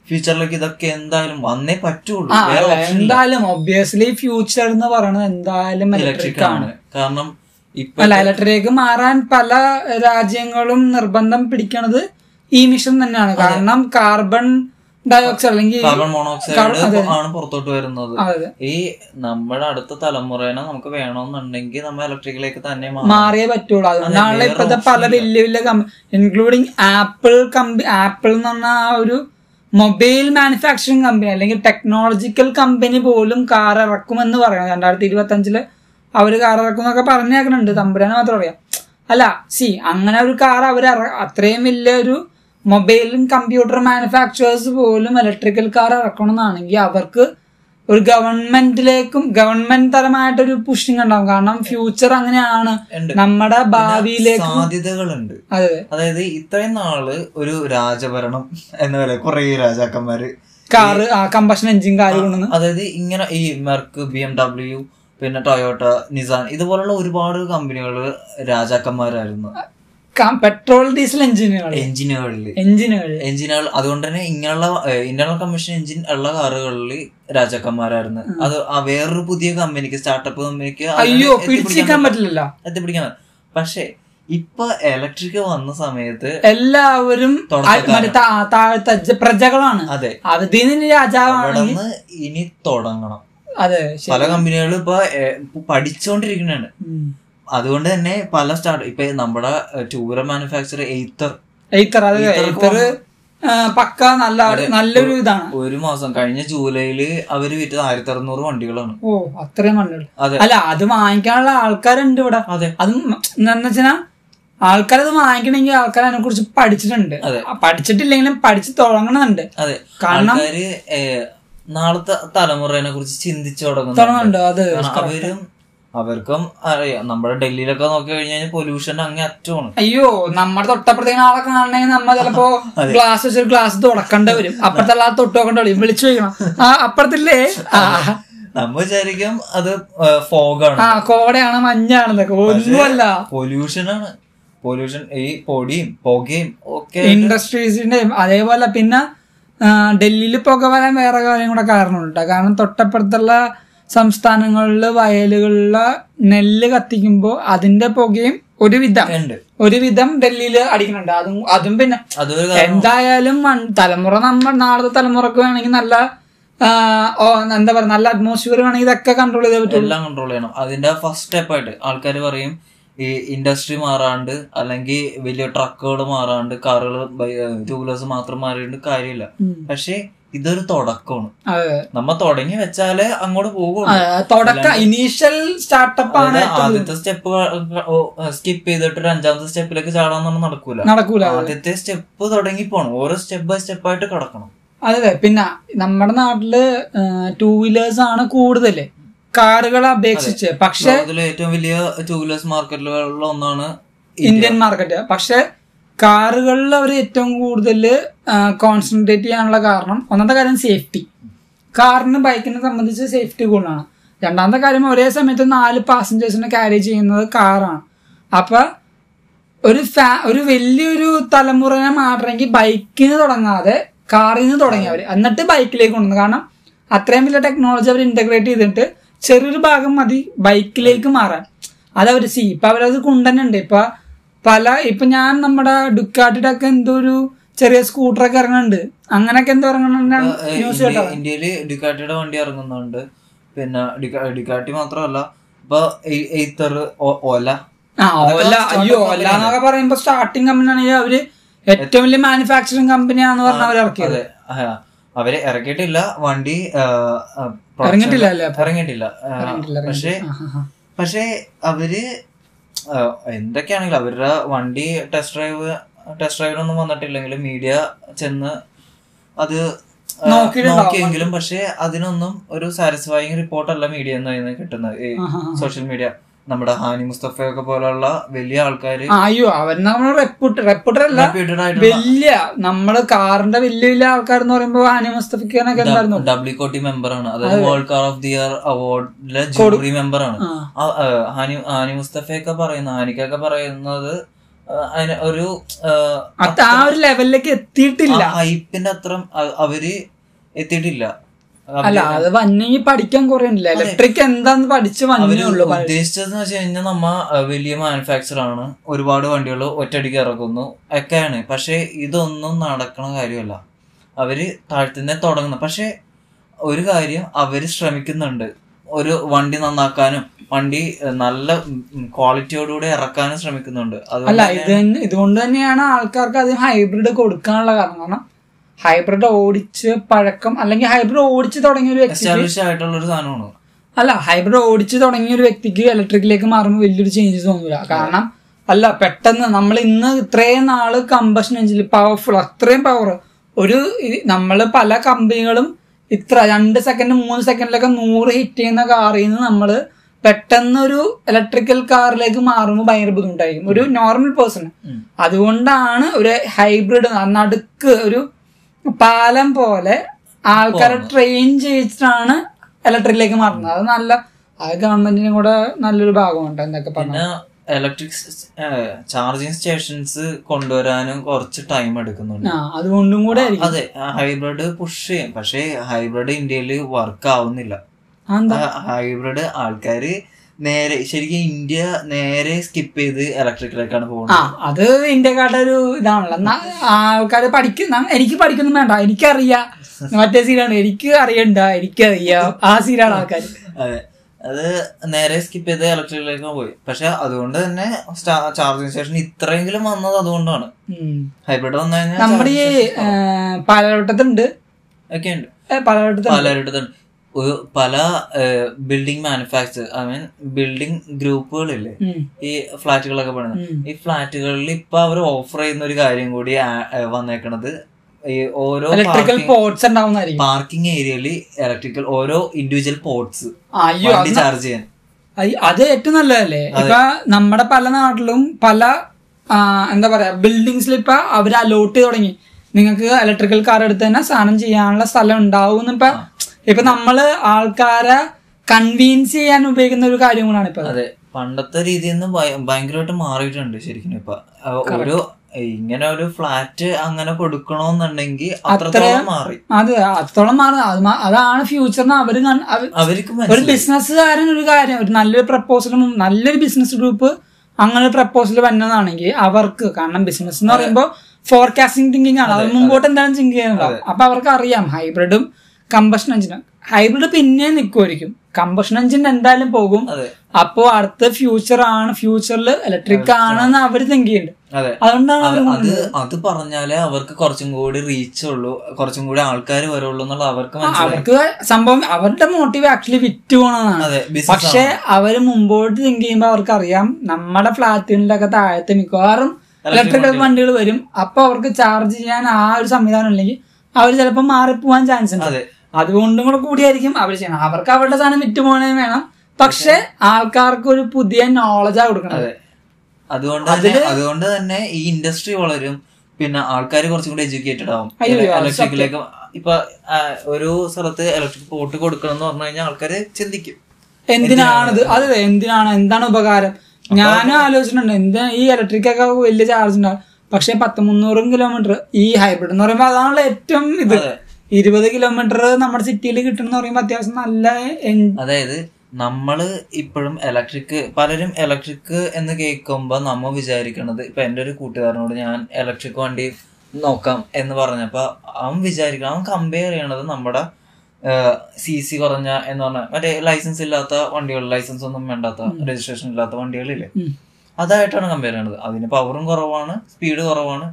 ഫ്യൂച്ചറിലേക്ക് ഇതൊക്കെ എന്തായാലും വന്നേ പറ്റുള്ളൂ ആ വേറെ അല്ല, option ഇല്ല. എന്തായാലും ഒബ്വിയസ്ലി ഫ്യൂച്ചർ എന്ന് പറയുന്നത് എന്തായാലും ഇലക്ട്രിക് Electric ആണ് കാരണം ഇപ്പൊ അല്ല ഇലക്ട്രിക് മാറാൻ പല രാജ്യങ്ങളും നിർബന്ധം പിടിക്കണത് ഈ മിഷൻ തന്നെയാണ് കാരണം കാർബൺ ഡയോക്സൈഡ് അല്ലെങ്കിൽ കാർബൺ മോണോക്സൈഡ് Carbon- അതെ. ആണ് പുറത്തോട്ട് വരുന്നത് അതെ. ഈ നമ്മുടെ അടുത്ത തലമുറേനെ നമുക്ക് വേണമെന്നുണ്ടെങ്കിൽ നമ്മൾ ഇലക്ട്രിക്കിലേക്ക് തന്നെ മാറും മാറിയേ പറ്റുള്ളൂ അതുകൊണ്ടാണല്ലോ വേറെ ഇപ്പോഴത്തെ പല വലിയ വലിയ company including apple company apple എന്ന് പറഞ്ഞ ആ ഒരു മൊബൈൽ മാനുഫാക്ചറിങ് കമ്പനി അല്ലെങ്കിൽ ടെക്നോളജിക്കൽ കമ്പനി പോലും കാർ ഇറക്കുമെന്ന് പറയുന്നത് രണ്ടായിരത്തി ഇരുപത്തി അഞ്ചില് അവര് കാർ ഇറക്കും എന്നൊക്കെ പറഞ്ഞേക്കുന്നുണ്ട് തമ്പുരാനെ മാത്രം അറിയാം അല്ല സി അങ്ങനെ ഒരു കാർ അവർ അത്രയും വലിയൊരു മൊബൈലും കമ്പ്യൂട്ടർ മാനുഫാക്ചറേഴ്സ് പോലും ഇലക്ട്രിക്കൽ കാർ ഇറക്കണം എന്നാണെങ്കിൽ അവർക്ക് ഒരു ഗവൺമെന്റിലേക്കും ഗവൺമെന്റ് തരമായിട്ടൊരു പുഷിങ് ഉണ്ടാവും കാരണം ഫ്യൂച്ചർ അങ്ങനെയാണ് ഉണ്ട്. നമ്മുടെ ഭാവിയിലേക്ക് സാധ്യതകളുണ്ട് അതെ അതായത് ഇത്രയും നാള് ഒരു രാജഭരണം എന്ന് പറയാം കുറേ രാജാക്കന്മാര് കാറ് ആ കമ്പഷൻ എഞ്ചിൻ കാറ് കൊണ്ടുവന്ന് അതായത് ഇങ്ങനെ ഈ മെർക്ക് ബി എം ഡബ്ല്യു പിന്നെ ടൊയോട്ട നിസാൻ ഇതുപോലുള്ള ഒരുപാട് കമ്പനികള് രാജാക്കന്മാരായിരുന്നു പെട്രോൾ ഡീസൽ എഞ്ചിനുകൾ എഞ്ചിനുകളിൽ എഞ്ചിനുകൾ എഞ്ചിനുകൾ അതുകൊണ്ട് തന്നെ ഇങ്ങനെയുള്ള ഇന്റർണൽ കമ്മീഷൻ എഞ്ചിൻ ഉള്ള കാറുകളിൽ രാജാക്കന്മാരായിരുന്നു അത് ആ വേറൊരു പുതിയ കമ്പനിക്ക് സ്റ്റാർട്ടപ്പ് കമ്പനിക്ക് അയ്യോ പിടിച്ചിരിക്കാൻ പറ്റില്ലല്ലോ എത്തിപ്പിടിക്കാൻ പറ്റും. പക്ഷേ ഇപ്പൊ ഇലക്ട്രിക് വന്ന സമയത്ത് എല്ലാവരും തുടക്കക്കാരാണ്. മറ്റേ താ- താഴത്തെ പ്രജകളാണ് അതെ അതിന് അവിടെ രാജാവാണെങ്കിൽ നിന്ന് ഇനി തുടങ്ങണം അതെ ശരി. പല കമ്പനികളും ഇപ്പൊ പഠിച്ചുകൊണ്ടിരിക്കുന്നതാണ് ഉം. അതുകൊണ്ട് തന്നെ പല സ്റ്റാർട്ട് ഇപ്പൊ നമ്മുടെ two wheeler manufacture Ather Ather അതെ എയ്ത്തർ പക്ക നല്ല നല്ലൊരു ഇതാണ് ഒരു മാസം കഴിഞ്ഞ ജൂലൈയില് അവര് വിറ്റത് ആയിരത്തി അറുന്നൂറ് വണ്ടികളാണ് ഓ അത്രയും നല്ലത് അതെ അല്ല അത് വാങ്ങിക്കാനുള്ള ആൾക്കാരുണ്ട് ഇവിടെ അതെ. അതും എന്താന്ന് വെച്ചാ ആൾക്കാരത് വാങ്ങിക്കണമെങ്കിൽ ആൾക്കാർ അതിനെ കുറിച്ച് പഠിച്ചിട്ടുണ്ട് അതെ. ആ, പഠിച്ചിട്ടില്ലെങ്കിലും പഠിച്ചു തുടങ്ങണമെന്നുണ്ട് അതെ കാരണം- ആൾക്കാര് ഏ, നാളത്തെ തലമുറയെ കുറിച്ച് ചിന്തിച്ചു തുടങ്ങുന്നുണ്ട് തുടങ്ങുന്നുണ്ടോ അത് കാരണം അവരും അവർക്കും അറിയാം നമ്മുടെ ഡൽഹിയിലൊക്കെ നോക്കി കഴിഞ്ഞു കഴിഞ്ഞാൽ പൊല്യൂഷൻ അങ്ങേ അറ്റമാണ് അയ്യോ നമ്മുടെ തൊട്ടപ്പുറത്തേക്ക് ആളെ കാണണമെങ്കിൽ നമ്മ ചിലപ്പോ ഗ്ലാസ് വെച്ചൊരു ഗ്ലാസ് തുടക്കേണ്ട വരും അപ്പുറത്തെ ആളെ തൊട്ട് നോക്കേണ്ട വരും വിളിച്ചു ചോദിക്കണം ആ അപ്പുറത്തില്ലേ ആ നമ്മ വിചാരിക്കും അത് ഫോഗാണ് ആ കോടയാണ് മഞ്ഞാണെന്നൊക്കെ ഒന്നുമല്ല പൊല്യൂഷനാണ് പൊല്യൂഷൻ ഈ പൊടിയും പുകയും ഒക്കെ ഇൻഡസ്ട്രീസിന്റെയും അതേപോലെ പിന്നെ ഡൽഹിയിൽ പുക വരാൻ വേറെ കാര്യം കൂടെ കാരണമുണ്ട് ട്ടോ. കാരണം തൊട്ടപ്പുറത്തുള്ള സംസ്ഥാനങ്ങളിൽ വയലുകളിലെ നെല്ല് കത്തിക്കുമ്പോൾ അതിന്റെ പുകയും ഒരുവിധം ഉണ്ട് ഒരുവിധം ഡൽഹിയിൽ അടിക്കുന്നുണ്ട് അതും അതും പിന്നെ അതൊരു എന്തായാലും മൺ- തലമുറ നമ്മൾ നാളത്തെ തലമുറക്ക് വേണമെങ്കിൽ നല്ല ആ, ഓ, എന്താ പറയാ നല്ല അറ്റ്മോസ്ഫിയർ വേണമെങ്കിൽ ഇതൊക്കെ കൺട്രോൾ ചെയ്തേ പറ്റുള്ളൂ എല്ലാം കൺട്രോൾ ചെയ്യണം അതിന്റെ ഫസ്റ്റ് സ്റ്റെപ്പായിട്ട് ആൾക്കാർ പറയും ഈ ഇൻഡസ്ട്രി മാറാണ്ട് അല്ലെങ്കിൽ വലിയ ട്രക്കുകൾ മാറാണ്ട് കാറുകൾ ടൂ വീലേഴ്സ് മാത്രം മാറിയിട്ട് കാര്യമില്ല പക്ഷെ ഇതൊരു തുടക്കമാണ് അതെ നമ്മ തുടങ്ങി വെച്ചാലേ അങ്ങോട്ട് പോകുള്ളൂ ആ, തുടക്ക ഇനീഷ്യൽ സ്റ്റാർട്ടപ്പ് ആണ് അതായത് ആദ്യത്തെ സ്റ്റെപ്പ് സ്കിപ്പ് ചെയ്തിട്ട് ഒരു അഞ്ചാമത്തെ സ്റ്റെപ്പിലേക്ക് ചാടാന്നൊന്നും നടക്കൂല നടക്കൂല ആദ്യത്തെ സ്റ്റെപ്പ് തുടങ്ങി പോണം ഓരോ സ്റ്റെപ്പ് ബൈ സ്റ്റെപ്പ് ആയിട്ട് കിടക്കണം അതെ അതെ പിന്നെ നമ്മുടെ നാട്ടില് ടൂ വീലേഴ്സ് ആണ് കൂടുതല് കാറുകളെ അപേക്ഷിച്ച് പക്ഷെ അതിൽ ഏറ്റവും വലിയ ടൂ വീലേഴ്സ് മാർക്കറ്റിലുള്ള ഒന്നാണ് ഇന്ത്യൻ മാർക്കറ്റ് പക്ഷെ കാറുകളിൽ അവർ ഏറ്റവും കൂടുതൽ കോൺസെൻട്രേറ്റ് ചെയ്യാനുള്ള കാരണം ഒന്നാമത്തെ കാര്യം സേഫ്റ്റി കാറിന് ബൈക്കിനെ സംബന്ധിച്ച് സേഫ്റ്റി കൂടുതലാണ് രണ്ടാമത്തെ കാര്യം ഒരേ സമയത്ത് നാല് പാസഞ്ചേഴ്സിനെ ക്യാരി ചെയ്യുന്നത് കാറാണ് അപ്പൊ ഒരു ഫാ ഒരു വലിയൊരു തലമുറയെ മാറ്റണമെങ്കിൽ ബൈക്കിന് തുടങ്ങാതെ കാറിൽ നിന്ന് തുടങ്ങി അവർ എന്നിട്ട് ബൈക്കിലേക്ക് കൊണ്ടുവന്നു കാരണം അത്രയും വലിയ ടെക്നോളജി അവർ ഇന്റഗ്രേറ്റ് ചെയ്തിട്ട് ചെറിയൊരു ഭാഗം മതി ബൈക്കിലേക്ക് മാറാൻ അതവർ സി ഇപ്പം അവരത് കൊണ്ടുതന്നെയുണ്ട് ഇപ്പം പല ഇപ്പം ഞാൻ നമ്മുടെ ഡുക്കാട്ടിയുടെ ഒക്കെ എന്തോ ഒരു ചെറിയ സ്കൂട്ടറൊക്കെ ഇറങ്ങുന്നുണ്ട് അങ്ങനെയൊക്കെ എന്തോ ഇറങ്ങുന്നുണ്ട് ന്യൂസ് കേട്ടോ ഇന്ത്യയിൽ ഡിക്കാട്ടിയുടെ വണ്ടി ഇറങ്ങുന്നുണ്ട് പിന്നെ ഡിക്കാ- ഡിക്കാട്ടി മാത്രമല്ല ഇപ്പൊ എയ്ത്തർ ഓല ആ ഓല അയ്യോ ഓല എന്നൊക്കെ പറയുമ്പോ സ്റ്റാർട്ടിങ് കമ്പനിയാണെങ്കിൽ അവര് ഏറ്റവും വലിയ മാനുഫാക്ചറിങ് കമ്പനിയാന്ന് പറഞ്ഞ അവർ ഇറക്കിയത് അതെ ആ, അവര് ഇറക്കിയിട്ടില്ല വണ്ടി ആ, ആ, ഇറങ്ങിയിട്ടില്ല അല്ലേ അപ്പൊ? ഇറങ്ങിയിട്ടില്ല ആ, പക്ഷേ പക്ഷേ അവര് ആ, എന്തൊക്കെയാണെങ്കിലും അവരുടെ വണ്ടി ടെസ്റ്റ് ഡ്രൈവ് ടെസ്റ്റ് ഡ്രൈവിനൊന്നും വന്നിട്ടില്ലെങ്കിലും മീഡിയ ചെന്ന് അത് ആ, നോക്കിയിട്ടുണ്ടാവും. നോക്കിയെങ്കിലും പക്ഷേ അതിനൊന്നും ഒരു സാറ്റിസ്ഫൈങ് റിപ്പോർട്ടല്ല മീഡിയ നിന്ന് കിട്ടുന്നത് ഈ സോഷ്യൽ മീഡിയ നമ്മുടെ ഹാനി മുസ്തഫയൊക്കെ പോലുള്ള വലിയ ആൾക്കാര് ആ, അയ്യോ അവൻ നമ്മുടെ റെപ്യൂട്ട് റെപ്യൂട്ടർ അല്ല reputed ആയിട്ടുള്ള വലിയ നമ്മള് കാറിന്റെ വലിയ വലിയ ആൾക്കാർ എന്ന് പറയുമ്പോ ആനി മുസ്തഫിക്കാനൊക്കെ ഉണ്ടായിരുന്നു ഡബ്ല്യു കോട്ടി മെമ്പറാണ് അതായത് world car of the year അവാർഡിലെ ജൂറി മെമ്പറാണ് ആ. ആ, ആ, ഹാനി ഹാനി മുസ്തഫയൊക്കെ പറയുന്ന ഹാനിക്കൊക്കെ പറയുന്നത് ആ, അതിന് ഒരു അത് ആ ഒരു ലെവലിലേക്ക് എത്തിയിട്ടില്ല ഹൈപ്പിന്റെ അത്ര അവര് എത്തിയിട്ടില്ല അവര് അല്ല അത് വന്നെങ്കിൽ പഠിക്കാൻ കുറേ ഉണ്ടല്ലോ ഇലക്ട്രിക് എന്താന്ന് പഠിച്ച് വന്നേ ഉള്ളൂ ഉദ്ദേശിച്ചതെന്ന് വെച്ച് കഴിഞ്ഞാൽ നമ്മ ആ, വലിയ മാനുഫാക്ചർ ആണ് ഒരുപാട് വണ്ടികൾ ഒറ്റയടിക്ക് ഇറക്കുന്നു ഒക്കെയാണ് പക്ഷെ ഇതൊന്നും നടക്കണ കാര്യമല്ല അവര് താഴ്ത്തുന്നേ തുടങ്ങുന്നു പക്ഷെ ഒരു കാര്യം അവര് ശ്രമിക്കുന്നുണ്ട് ഒരു വണ്ടി നന്നാക്കാനും വണ്ടി ഏ, നല്ല ക്വാളിറ്റിയോടുകൂടി ഇറക്കാനും ശ്രമിക്കുന്നുണ്ട് അല്ല അതുകൊണ്ട് ഇത് തന്നെ- ഇതുകൊണ്ട് തന്നെയാണ് ആൾക്കാർക്ക് അത് ഹൈബ്രിഡ് കൊടുക്കാനുള്ള കാരണം കാരണം ഹൈബ്രിഡ് ഓടിച്ച് പഴക്കം അല്ലെങ്കിൽ ഹൈബ്രിഡ് ഓടിച്ച് തുടങ്ങിയ ഒരു വ്യക്തി എസ്റ്റാബ്ലിഷ് ആയിട്ടുള്ള ഒരു സാധനമാണ് അല്ല ഹൈബ്രിഡ് ഓടിച്ച് തുടങ്ങിയ ഒരു വ്യക്തിക്ക് ഇലക്ട്രിക്കിലേക്ക് മാറുമ്പോൾ വലിയൊരു ചേഞ്ച് തോന്നില്ല കാരണം അല്ല പെട്ടെന്ന് നമ്മൾ ഇന്ന് ഇത്രയും നാള് കമ്പഷൻ എഞ്ചിൽ പവർഫുൾ അത്രയും പവർ ഒരു നമ്മൾ പല കമ്പനികളും ഇത്ര രണ്ട് സെക്കൻഡ് മൂന്ന് സെക്കൻഡിലൊക്കെ നൂറ് ഹിറ്റ് ചെയ്യുന്ന കാറിൽ നിന്ന് നമ്മൾ പെട്ടെന്നൊരു ഇലക്ട്രിക്കൽ കാറിലേക്ക് മാറുമ്പോൾ ഭയങ്കര ബുദ്ധിമുട്ടായിരിക്കും ഒരു നോർമൽ പേഴ്സൺ അതുകൊണ്ടാണ് ഒരു ഹൈബ്രിഡ് നടുക്ക് ഒരു പാലം പോലെ ആൾക്കാരെ ട്രെയിൻ ചെയ്യിച്ചിട്ടാണ് ഇലക്ട്രിക്കിലേക്ക് മാറുന്നത് അത് നല്ല അത് ഗവൺമെന്റിനും കൂടെ നല്ലൊരു ഭാഗമുണ്ട് എന്നൊക്കെ പറഞ്ഞു പിന്നെ ഇലക്ട്രിക് ചാർജിങ് സ്റ്റേഷൻസ് കൊണ്ടുവരാനും കുറച്ച് ടൈം എടുക്കുന്നുണ്ട് ആ അതുകൊണ്ടും കൂടെ ആയിരിക്കും അതെ ഹൈബ്രിഡ് പുഷ് ചെയ്യും പക്ഷേ ഹൈബ്രിഡ് ഇന്ത്യയിൽ വർക്ക് ആവുന്നില്ല ആ, എന്താ ഹൈബ്രിഡ് ആൾക്കാര് നേരെ ശരിക്കും ഇന്ത്യ നേരെ സ്കിപ്പ് ചെയ്ത് ഇലക്ട്രിക്കിലേക്കാണ് പോകുന്നത് ആ അത് ഇന്ത്യക്കാരുടെ ഒരു ഇതാണല്ലോ എന്നാ ആൾക്കാർ പഠിക്കുന്ന എനിക്ക് പഠിക്കൊന്നും വേണ്ട എനിക്കറിയാം മറ്റേ സീനാണ് എനിക്ക് അറിയണ്ട എനിക്കറിയാം ആ സീനാണ് ആൾക്കാർ അതെ അത് നേരെ സ്കിപ്പ് ചെയ്ത് ഇലക്ട്രിക്കിലേക്കാണ് പോയി പക്ഷെ അതുകൊണ്ട് തന്നെ ചാർജിങ് സ്റ്റേഷൻ ഇത്രയെങ്കിലും വന്നത് അതുകൊണ്ടാണ് ഹൈബ്രിഡ് വന്നു കഴിഞ്ഞാൽ നമ്മുടെ ഈ ഏ, പാലവട്ടത്തുണ്ട് ഒക്കെ ഉണ്ട് ഏ, പാലവട്ടത്തുണ്ട് പലരുടെ പല building manufacture I mean building ഗ്രൂപ്പുകളില്ലേ ഉം. ഈ ഫ്ലാറ്റുകളൊക്കെ പണിയുന്നത് ഈ ഫ്ലാറ്റുകളിൽ ഇപ്പൊ അവർ ഓഫർ ചെയ്യുന്ന ഒരു കാര്യം കൂടി ആ- ഏ, വന്നേക്കണത് ഈ ഓരോ ഇലക്ട്രിക്കൽ പോർട്സ് ഉണ്ടാവുന്നതായിരിക്കും പാർക്കിംഗ് ഏരിയയിൽ ഇലക്ട്രിക്കൽ ഓരോ ഇൻഡിവിജ്വൽ പോർട്സ് അയ്യോ വണ്ടി അത് ചാർജ് ചെയ്യാൻ അയ്- അത് ഏറ്റവും നല്ലതല്ലേ ഇപ്പൊ നമ്മുടെ പല നാട്ടിലും പല ആ, എന്താ പറയാ ബിൽഡിങ്സിൽ ഇപ്പൊ അവർ അലോട്ട് ചെയ്ത് തുടങ്ങി നിങ്ങൾക്ക് ഇലക്ട്രിക്കൽ കാർ എടുത്ത് തന്നെ സാധനം ചെയ്യാനുള്ള സ്ഥലം ഉണ്ടാവും ഇപ്പൊ ഇപ്പൊ നമ്മള് ആൾക്കാരെ കൺവീൻസ് ചെയ്യാൻ ഉപയോഗിക്കുന്ന ഒരു കാര്യം കൂടാണ് ഇപ്പൊ അത്. അതെ പണ്ടത്തെ രീതിയിൽ നിന്ന് ഭയ- ഭയങ്കരമായിട്ട് മാറിയിട്ടുണ്ട് ശരിക്കും ഇപ്പൊ ആ, ഒരു ഇങ്ങനെ ഒരു ഫ്ലാറ്റ് അങ്ങനെ കൊടുക്കണോന്നുണ്ടെങ്കിൽ അത്രത്തോളം മാറി അത് അത്രത്തോളം മാറും അത് മാ- അതാണ് ഫ്യൂച്ചറിന് അവര് കൺ- അവര് അവർക്ക് ഒരു മനസ്സിലായി ബിസിനസ്സുകാരൻ ഒരു കാര്യം ഒരു നല്ലൊരു പ്രപ്പോസലും നല്ലൊരു ബിസിനസ് ഗ്രൂപ്പ് അങ്ങനെ ഒരു പ്രപ്പോസൽ വരുന്നതാണെങ്കിൽ അവർക്ക് കാരണം ബിസിനസ് എന്ന് പറയുമ്പോൾ ഫോർകാസ്റ്റിംഗ് തിങ്കിങ് ആണ് അത് മുമ്പോട്ട് എന്താണ് ചിങ്ക് ചെയ്യുന്നത് അപ്പൊ അവർക്ക് അറിയാം ഹൈബ്രിഡും കമ്പഷൻ എഞ്ചിനും ഹൈബ്രിഡ് പിന്നെ നിൽക്കുമായിരിക്കും കമ്പഷൻ എഞ്ചിൻ എന്തായാലും പോകും അതെ അപ്പോ അടുത്ത ഫ്യൂച്ചർ ആണ് ഫ്യൂച്ചറിൽ ഇലക്ട്രിക് ആണെന്ന് അവർ തിങ്ക് ചെയ്യുന്നുണ്ട് അതെ അതുകൊണ്ടാണ് അവ- അവര് അത് അത് പറഞ്ഞാലേ അവർക്ക് കുറച്ചും കൂടി റീച്ച് ഉള്ളൂ കുറച്ചും കൂടി ആൾക്കാർ വരുള്ളൂ എന്നുള്ള അവർക്ക് മനസ്സിലായി അവർക്ക് സംഭവം അവരുടെ മോട്ടീവ് ആക്ച്വലി വിറ്റ് പോകണമെന്നാണ് അതെ ബിസിനസ് പക്ഷെ അവര് മുമ്പോട്ട് തിങ്ക് ചെയ്യുമ്പോൾ അവർക്ക് അറിയാം നമ്മുടെ ഫ്ലാറ്റുകളിലൊക്കെ താഴത്ത് മിക്കവാറും ഇലക്ട്രിക്കൽ വണ്ടികൾ വരും അപ്പൊ അവർക്ക് ചാർജ് ചെയ്യാൻ ആ ഒരു സംവിധാനം ഇല്ലെങ്കിൽ അവർ ചിലപ്പോൾ മാറിപ്പോവാൻ ചാൻസ് ഉണ്ട് അതെ. അതുകൊണ്ടും കൂടെ കൂടിയായിരിക്കും അവർ ചെയ്യണം അവർക്ക് അവരുടെ സാധനം വിറ്റ് പോകണേ വേണം പക്ഷെ ആൾക്കാർക്ക് ഒരു പുതിയ നോളജാ കൊടുക്കണത് അതുകൊണ്ട് തന്നെ അതുകൊണ്ട് തന്നെ ഈ ഇൻഡസ്ട്രി വളരും പിന്നെ ആൾക്കാർ കുറച്ചും കൂടി എഡ്യൂക്കേറ്റഡ് ആവും ഇലക്ട്രിക്കിലേക്ക് ഇപ്പൊ ആ, ഒരു സ്ഥലത്ത് ഇലക്ട്രിക് പോട്ട് കൊടുക്കണം എന്ന് പറഞ്ഞു കഴിഞ്ഞാൽ ആൾക്കാർ ചിന്തിക്കും എന്തിനാണത് അതെ എന്തിനാണ് എന്താണ് ഉപകാരം ഞാനും ആലോചിച്ചിട്ടുണ്ട് എന്താ ഈ ഇലക്ട്രിക് ഒക്കെ വലിയ ചാർജ് ഉണ്ടാവും പക്ഷെ പത്ത് മുന്നൂറും കിലോമീറ്റർ ഈ ഹൈബ്രിഡ് എന്ന് പറയുമ്പോൾ അതാണല്ലോ ഏറ്റവും ഇത് ഇരുപത് കിലോമീറ്റർ നമ്മുടെ സിറ്റിയിൽ കിട്ടണം എന്ന് പറയുമ്പോൾ അത്യാവശ്യം നല്ല എൻ- അതായത് നമ്മള് ഇപ്പോഴും ഇലക്ട്രിക് പലരും ഇലക്ട്രിക് എന്ന് കേൾക്കുമ്പോൾ നമ്മ വിചാരിക്കണത് ഇപ്പൊ എൻ്റെ ഒരു കൂട്ടുകാരനോട് ഞാൻ ഇലക്ട്രിക് വണ്ടി നോക്കാം എന്ന് പറഞ്ഞപ്പോ അവൻ വിചാരിക്കണം അവൻ കമ്പയർ ചെയ്യണത് നമ്മുടെ സി സി കുറഞ്ഞ എന്ന് പറഞ്ഞ മറ്റേ ലൈസൻസ് ഇല്ലാത്ത വണ്ടികൾ ലൈസൻസ് ഒന്നും വേണ്ടാത്ത രജിസ്ട്രേഷൻ ഇല്ലാത്ത വണ്ടികളില്ലേ ഉം. അതായിട്ടാണ് കമ്പയർ ചെയ്യണത് അതിന് പവറും കുറവാണ് സ്പീഡ് കുറവാണ്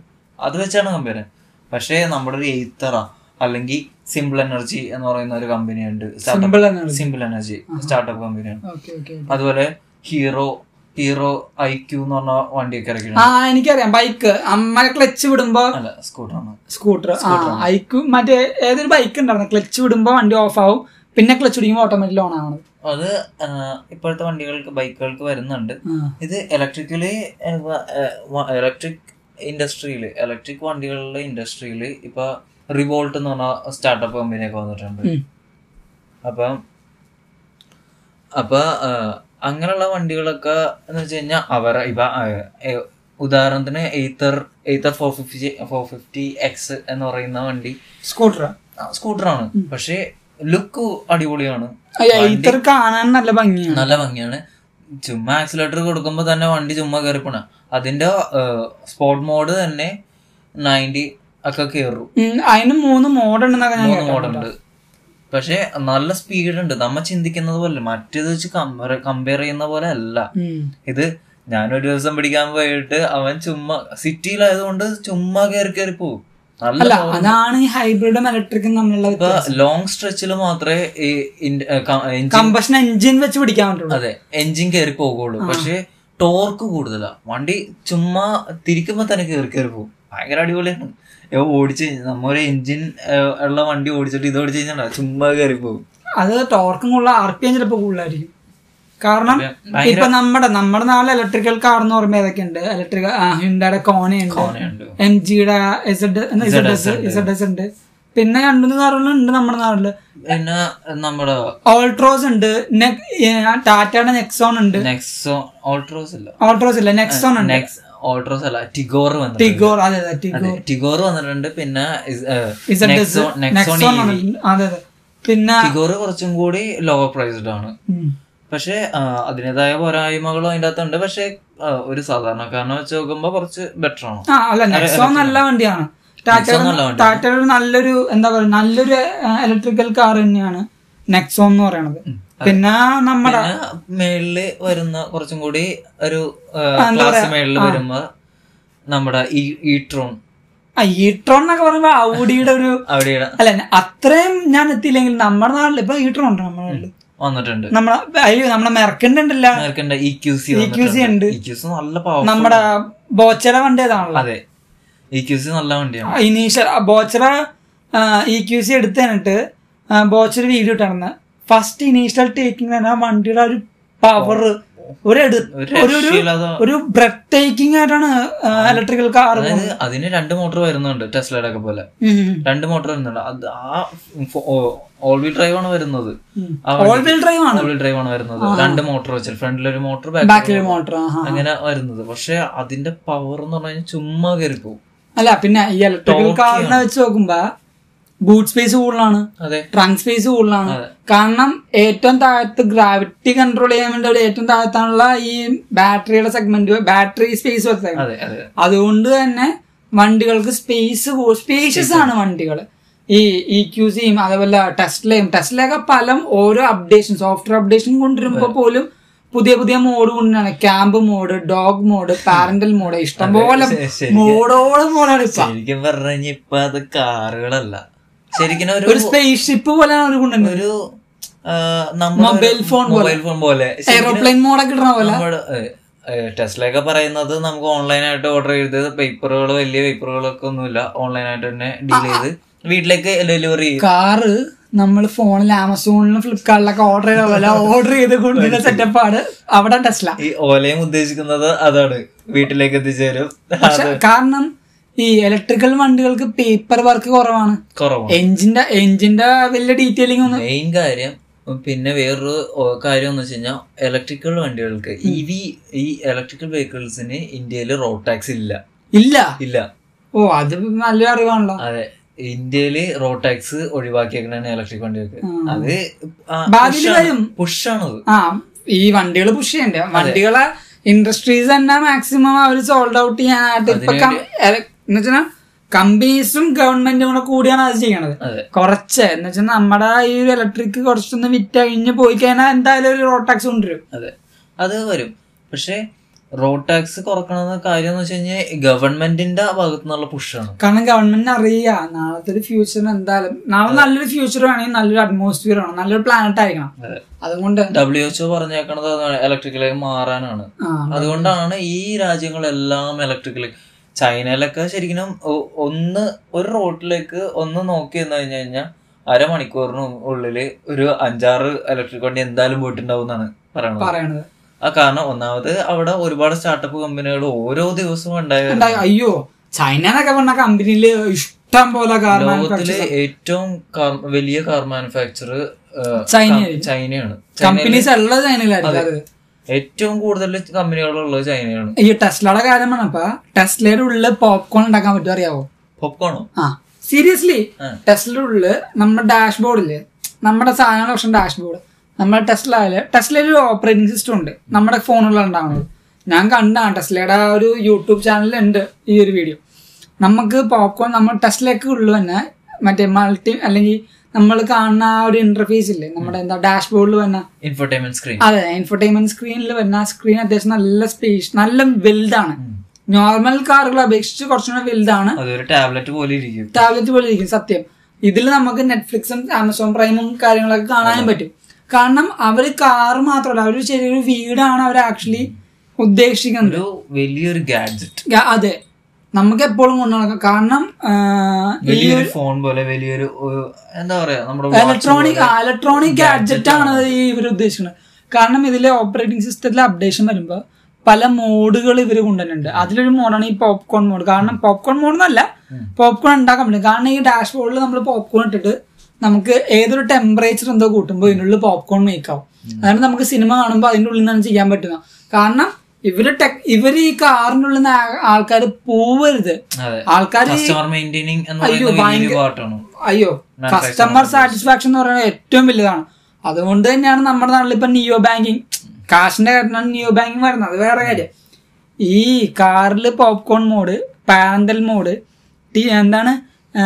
അത് വെച്ചാണ് കമ്പയർ ചെയ്യുന്നത് പക്ഷേ നമ്മുടെ ഒരു എയ്ത്തറ അല്ലെങ്കിൽ സിമ്പിൾ എനർജി എന്ന് പറയുന്ന ഒരു കമ്പനിയുണ്ട് Simple Energy. Simple energy startup കമ്പനിയാണ് ഓക്കെ ഓക്കെ അതുപോലെ ഹീറോ ഹീറോ ഐ ക്യൂ എന്ന് പറഞ്ഞ വണ്ടിയൊക്കെ ആ ഇറക്കിയിട്ടുണ്ട് എനിക്കറിയാം ബൈക്ക് അമ്മ ക്ലച്ച് വിടുമ്പോ അല്ല സ്കൂട്ടറാണ് സ്കൂട്ടർ ആ ഐക്കു മറ്റേ ഏതൊരു ബൈക്ക് ഉണ്ടായിരുന്നു ക്ലച്ച് വിടുമ്പോ വണ്ടി ഓഫ് ആവും പിന്നെ ക്ലച്ച് വിടുമ്പോൾ ഓട്ടോമാറ്റിക് ഓൺ ആവണം അത് ആ, ഇപ്പോഴത്തെ വണ്ടികൾക്ക് ബൈക്കുകൾക്ക് വരുന്നുണ്ട് ആ. ഇത് ഇലക്ട്രിക്കലി ഇലക്ട്രിക് ഇൻഡസ്ട്രിയിൽ ഇലക്ട്രിക് വണ്ടികളുടെ ഇൻഡസ്ട്രിയിൽ ഇപ്പൊ റിവോൾട്ട് എന്ന് പറഞ്ഞ സ്റ്റാർട്ടപ്പ് കമ്പനിയൊക്കെ വന്നിട്ടുണ്ട് ഉം. അപ്പം അപ്പൊ ആ, അങ്ങനെയുള്ള വണ്ടികളൊക്കെ എന്ന് വെച്ച് കഴിഞ്ഞാൽ അവർ ഇപ്പൊ ആ, ഏ, ഉദാഹരണത്തിന് Ather Ather four fifty four fifty X എന്ന് പറയുന്ന വണ്ടി സ്കൂട്ടർ ആ, സ്കൂട്ടറാണ് പക്ഷേ ലുക്ക് അടിപൊളിയാണ് ഇത്ര കാണാൻ നല്ല ഭംഗിയാണ് നല്ല ഭംഗിയാണ് ചുമ്മാ ആക്സിലേറ്റർ കൊടുക്കുമ്പോൾ തന്നെ വണ്ടി ചുമ്മാ കയറിപ്പണ അതിന്റെ സ്പോർട്ട് മോഡ് തന്നെ നയൻറ്റി ഒക്കെ കയറും ഉം, അതിന് മൂന്ന് മോഡുണ്ടെന്നൊക്കെ ഞാൻ മൂന്ന് കേട്ടിട്ടുണ്ട്. മോഡുണ്ട് പക്ഷേ നല്ല സ്പീഡ് ഉണ്ട് നമ്മ ചിന്തിക്കുന്നത് പോലെ മറ്റേത് വെച്ച് കമ്പയർ ചെയ്യുന്ന പോലെ അല്ല ഉം. ഇത് ഞാനൊരു ദിവസം പിടിക്കാൻ പോയിട്ട് അവൻ ചുമ്മാ സിറ്റിയിലായതുകൊണ്ട് ചുമ്മാ കയറി കയറി പോകും നല്ല അല്ല അതാണ് ഈ ഹൈബ്രിഡും ഇലക്ട്രിക്കും തമ്മിലുള്ള വ്യത്യാസം ലോങ് സ്ട്രെച്ചിൽ മാത്രമേ ഈ എഞ്ചിൻ കമ്പഷൻ എഞ്ചിൻ വെച്ച് പിടിക്കാൻ പറ്റുള്ളൂ അതെ എഞ്ചിൻ കയറി പോകുള്ളൂ പക്ഷേ ടോർക്ക് കൂടുതലാ വണ്ടി ചുമ്മാ തിരിക്കുമ്പോ തന്നെ കയറി കയറി പോകും ഭയങ്കര അടിപൊളിയാണ് ഇവ ഓടിച്ച് കഴിഞ്ഞാൽ നമ്മൊരു എഞ്ചിൻ ഉള്ള വണ്ടി ഓടിച്ചിട്ട് ഇത് ഓടിച്ച് കഴിഞ്ഞാൽ ചുമ്മാ കയറി പോകും അത് ടോർക്കും കൂടുതൽ ആർ പി എം ചിലപ്പോൾ കൂടുതലായിരിക്കും കാരണം ഇപ്പൊ നമ്മുടെ നമ്മുടെ നാളെ ഇലക്ട്രിക്കൽ കാർ എന്ന് പറയുമ്പോൾ ഏതൊക്കെ ഉണ്ട് ഇലക്ട്രിക്കൽ ഹിൻഡയുടെ കോണയുണ്ട് അങ്ങനെയുണ്ട് എം ജിയുടെ Z Z S Z S ഉണ്ട് പിന്നെ രണ്ടു മൂന്ന് കാറുകളുണ്ട് നമ്മുടെ നാട്ടില് പിന്നെ നമ്മുടെ ഓൾട്രോസ് ഉണ്ട് നെ- ഏ, ടാറ്റയുടെ നെക്സോൺ ഉണ്ട് നെക്സോ ഓൾട്രോസ് അല്ല ഓൾട്രോസ് ഇല്ല നെക്സോൺ ഉണ്ട് നെക്സ് ഓൾട്രോസ് അല്ല ടിഗോർ വന്നിട്ടുണ്ട് ടിഗോർ അതെ അതെ ടിഗോർ ടിഗോർ വന്നിട്ടുണ്ട് പിന്നെ ഇസ്- ഏഹ്, ഇസഡ് എസ് നെക്സോ- നെക്സോൺ നെക്സോൺ ആണ്. അതെ അതെ പിന്നെ ടിഗോർ കുറച്ചും കൂടി ലോവർ പ്രൈസ്ഡ് ആണ് ഉം. പക്ഷേ ആ, അതിൻ്റെതായ പോരായ്മകളും അതിൻ്റെ അകത്തുണ്ട് പക്ഷേ ആ, ഒരു സാധാരണക്കാരനെ വെച്ച് നോക്കുമ്പോൾ കുറച്ച് ബെറ്റർ ആണ് ആ അല്ല നെക്സോൺ നല്ല വണ്ടിയാണ് ടാറ്റയുടെ നല്ല വണ്ടിയാണ്. ടാറ്റയുടെ ഒരു നല്ലൊരു എന്താ പറയുക നല്ലൊരു ഇലക്ട്രിക്കൽ കാർ തന്നെയാണ് നെക്സോൺ എന്ന് പറയണത് പിന്നെ നമ്മുടെ പിന്നെ മേളില് വരുന്ന കുറച്ചും കൂടി ഒരു ആ, എന്താ ക്ലാസ് പറയാ? മേളിൽ വരുമ്പോ നമ്മുടെ ഈട്രോൺ ഈട്രോൺ എന്നൊക്കെ പറയുമ്പോ ഔഡിയുടെ ഒരു അവിടെ അല്ല അത്രയും ഞാൻ എത്തിയില്ലെങ്കിൽ നമ്മുടെ നാട്ടിൽ ഇപ്പൊ ഈട്രോൺ ഉണ്ട് നമ്മുടെ നാട്ടില് വന്നിട്ടുണ്ട് നമ്മളെ അയ്യോ നമ്മുടെ മെർക്കൻ്റെ ഉണ്ടല്ല E അവർക്കുണ്ട് ഇ ക്യു സി ഉണ്ട്. ഇ ക്യു സി E നല്ല പവർ നമ്മുടെ ബോച്ചയുടെ വണ്ടി ഏതാണല്ലോ അതെ ഇ ക്യു സി നല്ല വണ്ടിയാണ് ഇനീഷ്യൽ ബോച്ചറ ഇ ക്യു സി എടുത്ത് തന്നിട്ട് ബോച്ചർ വീഡിയോ ഇട്ടാണ് ഫസ്റ്റ് ഇനീഷ്യൽ ടേക്കിംഗ് തന്നെ ആ വണ്ടിയുടെ ആ ഒരു പവർ ഒരു എടു- ഒരു ഒരു- ഒരു- രക്ഷയില്ലാതെ ഒരു ബ്രെത്ത് ടേക്കിംഗ് ആയിട്ടാണ് ഇലക്ട്രിക്കൽ കാർ അതായത് അതിന് രണ്ട് മോട്ടോർ വരുന്നുണ്ട് ടെസ്ലയുടെ ഒക്കെ പോലെ രണ്ട് മോട്ടോർ വരുന്നുണ്ട് അത് ആ ഓൾ വീൽ ഡ്രൈവ് ആണ് വരുന്നത് ഓൾ വീൽ ഡ്രൈവ് ആണ് ഓൾ വീൽ ഡ്രൈവ് ആണ് വരുന്നത് രണ്ട് മോട്ടോർ വെച്ചാൽ ഫ്രണ്ടിൽ ഒരു മോട്ടോർ ബാക്കിൽ മോട്ടർ അങ്ങനെ വരുന്നത് പക്ഷെ അതിന്റെ പവർ എന്ന് പറഞ്ഞു കഴിഞ്ഞാൽ ചുമ്മാ കയറി പോകും അല്ല പിന്നെ ഈ ഇലക്ട്രിക്കൽ കാറിനെ വെച്ച് നോക്കുമ്പോ ബൂട്ട് സ്പേസ് കൂടുതലാണ് അതെ ട്രങ്ക് സ്പേസ് കൂടുതലാണ് കാരണം ഏറ്റവും താഴത്ത് ഗ്രാവിറ്റി കൺട്രോൾ ചെയ്യാൻ വേണ്ടി അവിടെ ഏറ്റവും താഴത്താണുള്ള ഈ ബാറ്ററിയുടെ സെഗ്മെന്റ് ബാറ്ററി സ്പേസ് വെച്ചത് അതെ അതെ അതുകൊണ്ട് തന്നെ വണ്ടികൾക്ക് സ്പേസ് സ്പേഷ്യസ് ആണ് വണ്ടികൾ ഈ E ഇ ക്യൂസിയും അതേപോലെ ടെസ്ലയും ടെസ്ലയൊക്കെ പല ഓരോ അപ്ഡേഷൻ സോഫ്റ്റ്വെയർ അപ്ഡേഷൻ കൊണ്ടുവരുമ്പോൾ പോലും പുതിയ പുതിയ മോഡ് കൊണ്ടുവരാണ് camp mode dog mode parental mode ഇഷ്ടംപോലെ ശ- ശരിക്കും. മോഡോളം മോഡാണ് ഇപ്പൊ ശരിക്കും പറഞ്ഞു കഴിഞ്ഞാ ഇപ്പൊ അത് കാറുകളല്ല ശരിക്കും ഒരു ഒരു സ്പേസ് ഷിപ്പ് പോലെയാണ് അവർ കൊണ്ടുവരുന്നത് ഒരു ആ, നമ്മള് Mobile phone പോലെ. mobile phone പോലെ ശരിക്കും എയ്റോപ്ലെയിൻ മോഡൊക്കെ ഇടണ പോലെ നമ്മള് ടെസ്റ്റിലൊക്കെ പറയുന്നത് നമുക്ക് ഓൺലൈനായിട്ട് ഓർഡർ ചെയ്ത് പേപ്പറുകൾ വലിയ പേപ്പറുകളൊക്കെ ഒന്നുമില്ല ഓൺലൈനായിട്ട് തന്നെ ഡീൽ ചെയ്ത് വീട്ടിലേക്ക് ഡെലിവറി ചെയ്യും കാറ് നമ്മൾ ഫോണിൽ ആമസോണിലും ഫ്ലിപ്കാർട്ടിലൊക്കെ ഓർഡർ ചെയ്ത പോലെ ഓർഡർ ചെയ്ത് കൊണ്ടുവരുന്ന സെറ്റപ്പാണ് അവിടെ ടെസ്ല ഈ ഓലയും ഉദ്ദേശിക്കുന്നത് അതാണ് വീട്ടിലേക്ക് എത്തിച്ചേരും പക്ഷെ കാരണം ഈ ഇലക്ട്രിക്കൽ വണ്ടികൾക്ക് പേപ്പർ വർക്ക് കുറവാണ് കുറവാണ് എഞ്ചിന്റെ എഞ്ചിന്റെ വലിയ ഡീറ്റെയിലിംഗ് ഒന്നും മെയിൻ കാര്യം പിന്നെ വേറൊരു ഓ, കാര്യം എന്ന് വെച്ച് കഴിഞ്ഞാൽ ഇലക്ട്രിക്കൽ വണ്ടികൾക്ക് ഇ വി ഈ ഇലക്ട്രിക്കൽ വെഹിക്കിൾസിന് ഇന്ത്യയിൽ റോഡ് ടാക്സ് ഇല്ല ഇല്ല ഇല്ല ഓ അത് നല്ല അറിവാണല്ലോ അതെ ഇന്ത്യയിൽ റോഡ് ടാക്സ് ഒഴിവാക്കിയേക്കണ ഇലക്ട്രിക് വണ്ടികൾക്ക് അത് ആ, ഭാവിയിൽ push ആണ്. വരും. push ആണത് ആ ഈ വണ്ടികൾ പുഷ് ചെയ്യണ്ടേ വണ്ടികളെ ഇൻഡസ്ട്രീസ് തന്നെ മാക്സിമം അവർ സോൾഡ് ഔട്ട് ചെയ്യാനായിട്ട് ഇപ്പൊ കം- എല- എന്ന് വെച്ചാൽ കമ്പനീസും ഗവൺമെന്റും കൂടെ കൂടിയാണ് അത് ചെയ്യണത് അതെ. കുറച്ച് എന്ന് വെച്ചാൽ നമ്മുടെ ഈ ഒരു ഇലക്ട്രിക് കുറച്ചൊന്ന് വിറ്റ് കഴിഞ്ഞ് പോയി കഴിഞ്ഞാൽ എന്തായാലും ഒരു റോഡ് ടാക്സ് കൊണ്ടുവരും അതെ അത് വരും പക്ഷേ റോഡ് ടാക്സ് കുറക്കണമെന്ന കാര്യം എന്ന് വെച്ച് കഴിഞ്ഞാൽ ഗവൺമെന്റിന്റെ ഭാഗത്തു നിന്നുള്ള പുഷാണ് കാരണം ഗവൺമെന്റിന് അറിയാം നാളത്തെ ഒരു ഫ്യൂച്ചറിന് എന്തായാലും നാളെ നല്ലൊരു ഫ്യൂച്ചർ വേണമെങ്കിൽ നല്ലൊരു അറ്റ്മോസ്ഫിയർ വേണം നല്ലൊരു പ്ലാനറ്റ് ആയിരിക്കണം അതുകൊണ്ട് ഡബ്ല്യു എച്ച്ഒ പറഞ്ഞേക്കണത് ഇലക്ട്രിക്കലേക്ക് മാറാനാണ് ആ അതുകൊണ്ടാണ് ഈ രാജ്യങ്ങളെല്ലാം ഇലക്ട്രിക്കൽ ചൈനയിലൊക്കെ ശരിക്കും ഒ- ഒന്ന് ഒരു റോഡിലേക്ക് ഒന്ന് നോക്കി എന്ന് കഴിഞ്ഞു കഴിഞ്ഞാൽ അരമണിക്കൂറിന് ഉള്ളിൽ ഒരു അഞ്ചാറ് ഇലക്ട്രിക് വണ്ടി എന്തായാലും പോയിട്ടുണ്ടാവും എന്നാണ് പറയണത് പറയണത് ആ കാരണം ഒന്നാമത് അവിടെ ഒരുപാട് സ്റ്റാർട്ടപ്പ് കമ്പനികൾ ഓരോ ദിവസവും ഉണ്ടായിരുന്നു ഉണ്ടായി- അയ്യോ ചൈന എന്നൊക്കെ പറഞ്ഞ കമ്പനിയില് ഇഷ്ടം പോലെ കാരണം ലോകത്തിലെ ഏറ്റവും കാർ- വലിയ കാർ മാനുഫാക്ചർ ചൈനയായി. ചൈനയാണ് കമ്പനീസ് എല്ലാം ചൈനയിലായിരിക്കും അത് ഏറ്റവും കൂടുതൽ കമ്പനികളുള്ളത് ചൈനയാണ് ഈ ടെസ്ലയുടെ കാര്യം പറഞ്ഞപ്പോ ടെസ്ലയുടെ ഉള്ളില് പോപ്കോൺ ഉണ്ടാക്കാൻ പറ്റും അറിയാവോ പോപ്കോണോ ആ സീരിയസ്ലി ആ. ടെസ്ലയുടെ ഉള്ളില് നമ്മുടെ ഡാഷ്ബോർഡില് നമ്മുടെ സാധനങ്ങൾ പക്ഷെ ഡാഷ്ബോർഡ് നമ്മുടെ ടെസ്ലയില് ടെസ്ലയിൽ ഒരു ഓപ്പറേറ്റിംഗ് സിസ്റ്റം ഉണ്ട് നമ്മുടെ ഫോണുകളിൽ ഉണ്ടാവുന്നത് ഞാൻ കണ്ടാണ് ടെസ്ലയുടെ ആ ഒരു യൂട്യൂബ് ചാനലിലുണ്ട് ഈ ഒരു വീഡിയോ നമുക്ക് പോപ്കോൺ നമ്മൾ ടെസ്ലയൊക്കെ ഉള്ളു തന്നെ മറ്റേ മൾട്ടി അല്ലെങ്കിൽ നമ്മൾ കാണുന്ന ആ ഒരു ഇന്റർഫേസ് ഇല്ലേ നമ്മുടെ എന്താ ഡാഷ്ബോർഡിൽ വന്ന ഇൻഫർടൈൻമെന്റ് സ്ക്രീൻ അതെ എന്റർടൈൻമെന്റ് സ്ക്രീനിൽ വരുന്ന ആ സ്ക്രീൻ അത്യാവശ്യം നല്ല സ്പേസ് നല്ല വലുതാണ് നോർമൽ കാറുകളെ അപേക്ഷിച്ച് കുറച്ചുകൂടെ വലുതാണ് അതൊരു ടാബ്ലറ്റ് പോലെ ഇരിക്കും ടാബ്ലറ്റ് പോലെ ഇരിക്കും സത്യം ഇതിൽ നമുക്ക് നെറ്റ്ഫ്ലിക്സും ആമസോൺ പ്രൈമും കാര്യങ്ങളൊക്കെ കാണാനും പറ്റും കാരണം അവർ കാർ മാത്രമല്ല അവർ ചെറിയൊരു വീടാണ് അവർ ആക്ച്വലി ഉദ്ദേശിക്കുന്നത് ഒരു വലിയൊരു ഗാഡ്ജറ്റ് ഗ- അതെ നമുക്ക് എപ്പോഴും കൊണ്ടു നടക്കാം കാരണം ആ, ഈ വലിയൊരു ഫോൺ പോലെ വലിയൊരു ഒരു- എന്താ പറയാ നമ്മുടെ watch ഇലക്ട്രോണിക് പോലെ. ഇലക്ട്രോണിക് ഗാഡ്ജറ്റ് ആണ് അത് ഈ ഇവർ ഉദ്ദേശിക്കുന്നത് കാരണം ഇതിലെ ഓപ്പറേറ്റിംഗ് സിസ്റ്റത്തിലെ അപ്ഡേഷൻ വരുമ്പോൾ പല മോഡുകൾ ഇവർ കൊണ്ടുവരുന്നുണ്ട് അതിലൊരു മോഡാണ് ഈ പോപ്കോൺ മോഡ് കാരണം പോപ്കോൺ മോഡ് എന്നല്ല പോപ്കോൺ ഉണ്ടാക്കാൻ പറ്റും കാരണം ഈ ഡാഷ്ബോർഡിൽ നമ്മൾ പോപ്കോൺ ഇട്ടിട്ട് നമുക്ക് ഏതൊരു ടെമ്പറേച്ചർ എന്തോ കൂട്ടുമ്പോൾ ഇതിനുള്ളിൽ പോപ്കോൺ മേക്ക് ആവും അതാണ് നമുക്ക് സിനിമ കാണുമ്പോൾ അതിൻ്റെ ഉള്ളിൽ നിന്നാണ് ചെയ്യാൻ പറ്റുന്നത് കാരണം ഇവര് ടെക് ഇവര് ഈ കാറിൻ്റെ ഉള്ളിൽ നിന്ന് ആൾക്കാർ പോവരുത് അതെ ആൾക്കാർ കസ്റ്റമർ മെയിൻറ്റെയിനിങ് എന്ന് അയ്യോ, പറയുന്ന വലിയൊരു ഭയങ്കര- പാട്ടാണ് അയ്യോ കസ്റ്റമർ സാറ്റിസ്ഫാക്ഷൻ എന്ന് പറയുന്നത് ഏറ്റവും വലുതാണ് അതുകൊണ്ട് തന്നെയാണ് നമ്മുടെ നാട്ടിൽ ഇപ്പൊ നിയോ ബാങ്കിങ് കാശിന്റെ കാര്യത്തിലാണ് നിയോ ബാങ്കിങ് വരുന്നത് അത് വേറെ കാര്യം ഈ കാറിൽ പോപ്കോൺ മോഡ് പാരന്തൽ മോഡ് ടീ എന്താണ് ആ,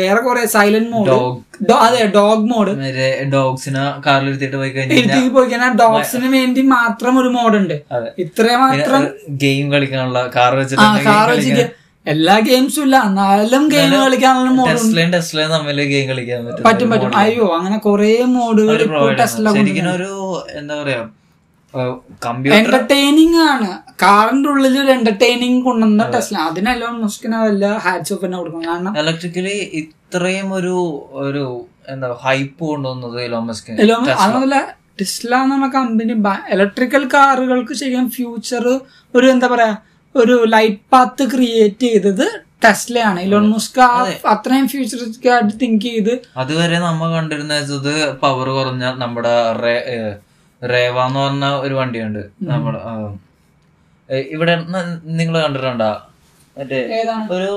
വേറെ കുറെ സൈലന്റ് മോഡ് അതെ ഡോഗ് മോഡ് ഡോഗ്സിനെ കാറിലിരുത്തിട്ട് പോയി കഴിഞ്ഞാൽ ഇരുത്തി പോയി കഴിഞ്ഞാൽ ഡോഗ്സിന് വേണ്ടി മാത്രം ഒരു മോഡ് ഉണ്ട് അതെ. ഇത്ര മാത്രം ഗെയിം കളിക്കാനുള്ള കാർ ആ വെച്ചിട്ട് കാർ വെച്ചിട്ട് എല്ലാ ഗെയിംസും ഇല്ല എന്നാലും ഗെയിം കളിക്കാനുള്ള മോഡ് ടെസ്ലയും ടെസ്ലയും തമ്മിൽ ഗെയിം കളിക്കാൻ പറ്റും പറ്റും പറ്റും അയ്യോ അങ്ങനെ കുറെ മോഡുകൾ ഒരു ഇപ്പോൾ provide ടെസ്ല ആണ്. ശരിക്കും ഒരു എന്താ പറയാ കമ്പ്യൂട്ടർ എന്റർടൈനിങ് ആണ് കാറിന്റെ ഉള്ളിൽ ഒരു എന്റർടൈനിങ് കൊണ്ടുവന്ന ടെസ്ല അതിനല്ലോ മുസ്കിന് വല്ല ഹാറ്റ്സ് ഓഫ് തന്നെ കൊടുക്കണം കാരണം ഇലക്ട്രിക്കലി ഇത്രയും ഒരു ഒരു എന്താ ഹൈപ്പ് കൊണ്ടുവന്നത് ഇലോൺ മസ്ക് എല്ലോ അതുപോലെ ടെസ്ല എന്ന് പറഞ്ഞ കമ്പനി ഇലക്ട്രിക്കൽ കാറുകൾക്ക് ശരിക്കും ഫ്യൂച്ചർ ഒരു എന്താ പറയാ ഒരു ലൈറ്റ് പാത്ത് ക്രിയേറ്റ് ചെയ്തത് ടെസ്ലയാണ് ഇലോൺ മുസ്ക് ആ അത്രയും ഫ്യൂച്ചറിസ്റ്റിക് ആയിട്ട് തിങ്ക് ചെയ്ത് അതുവരെ നമ്മ കണ്ടിരുന്ന വെച്ചത് പവർ കുറഞ്ഞ നമ്മുടെ റേ- ഏഹ് റേവ എന്ന് പറഞ്ഞ ഒരു വണ്ടിയുണ്ട് നമ്മുടെ ആഹ്, ഏഹ് ഇവിടെ നിങ്ങൾ കണ്ടിട്ടുണ്ടോ മറ്റേ ഏതാണ്? ഒരു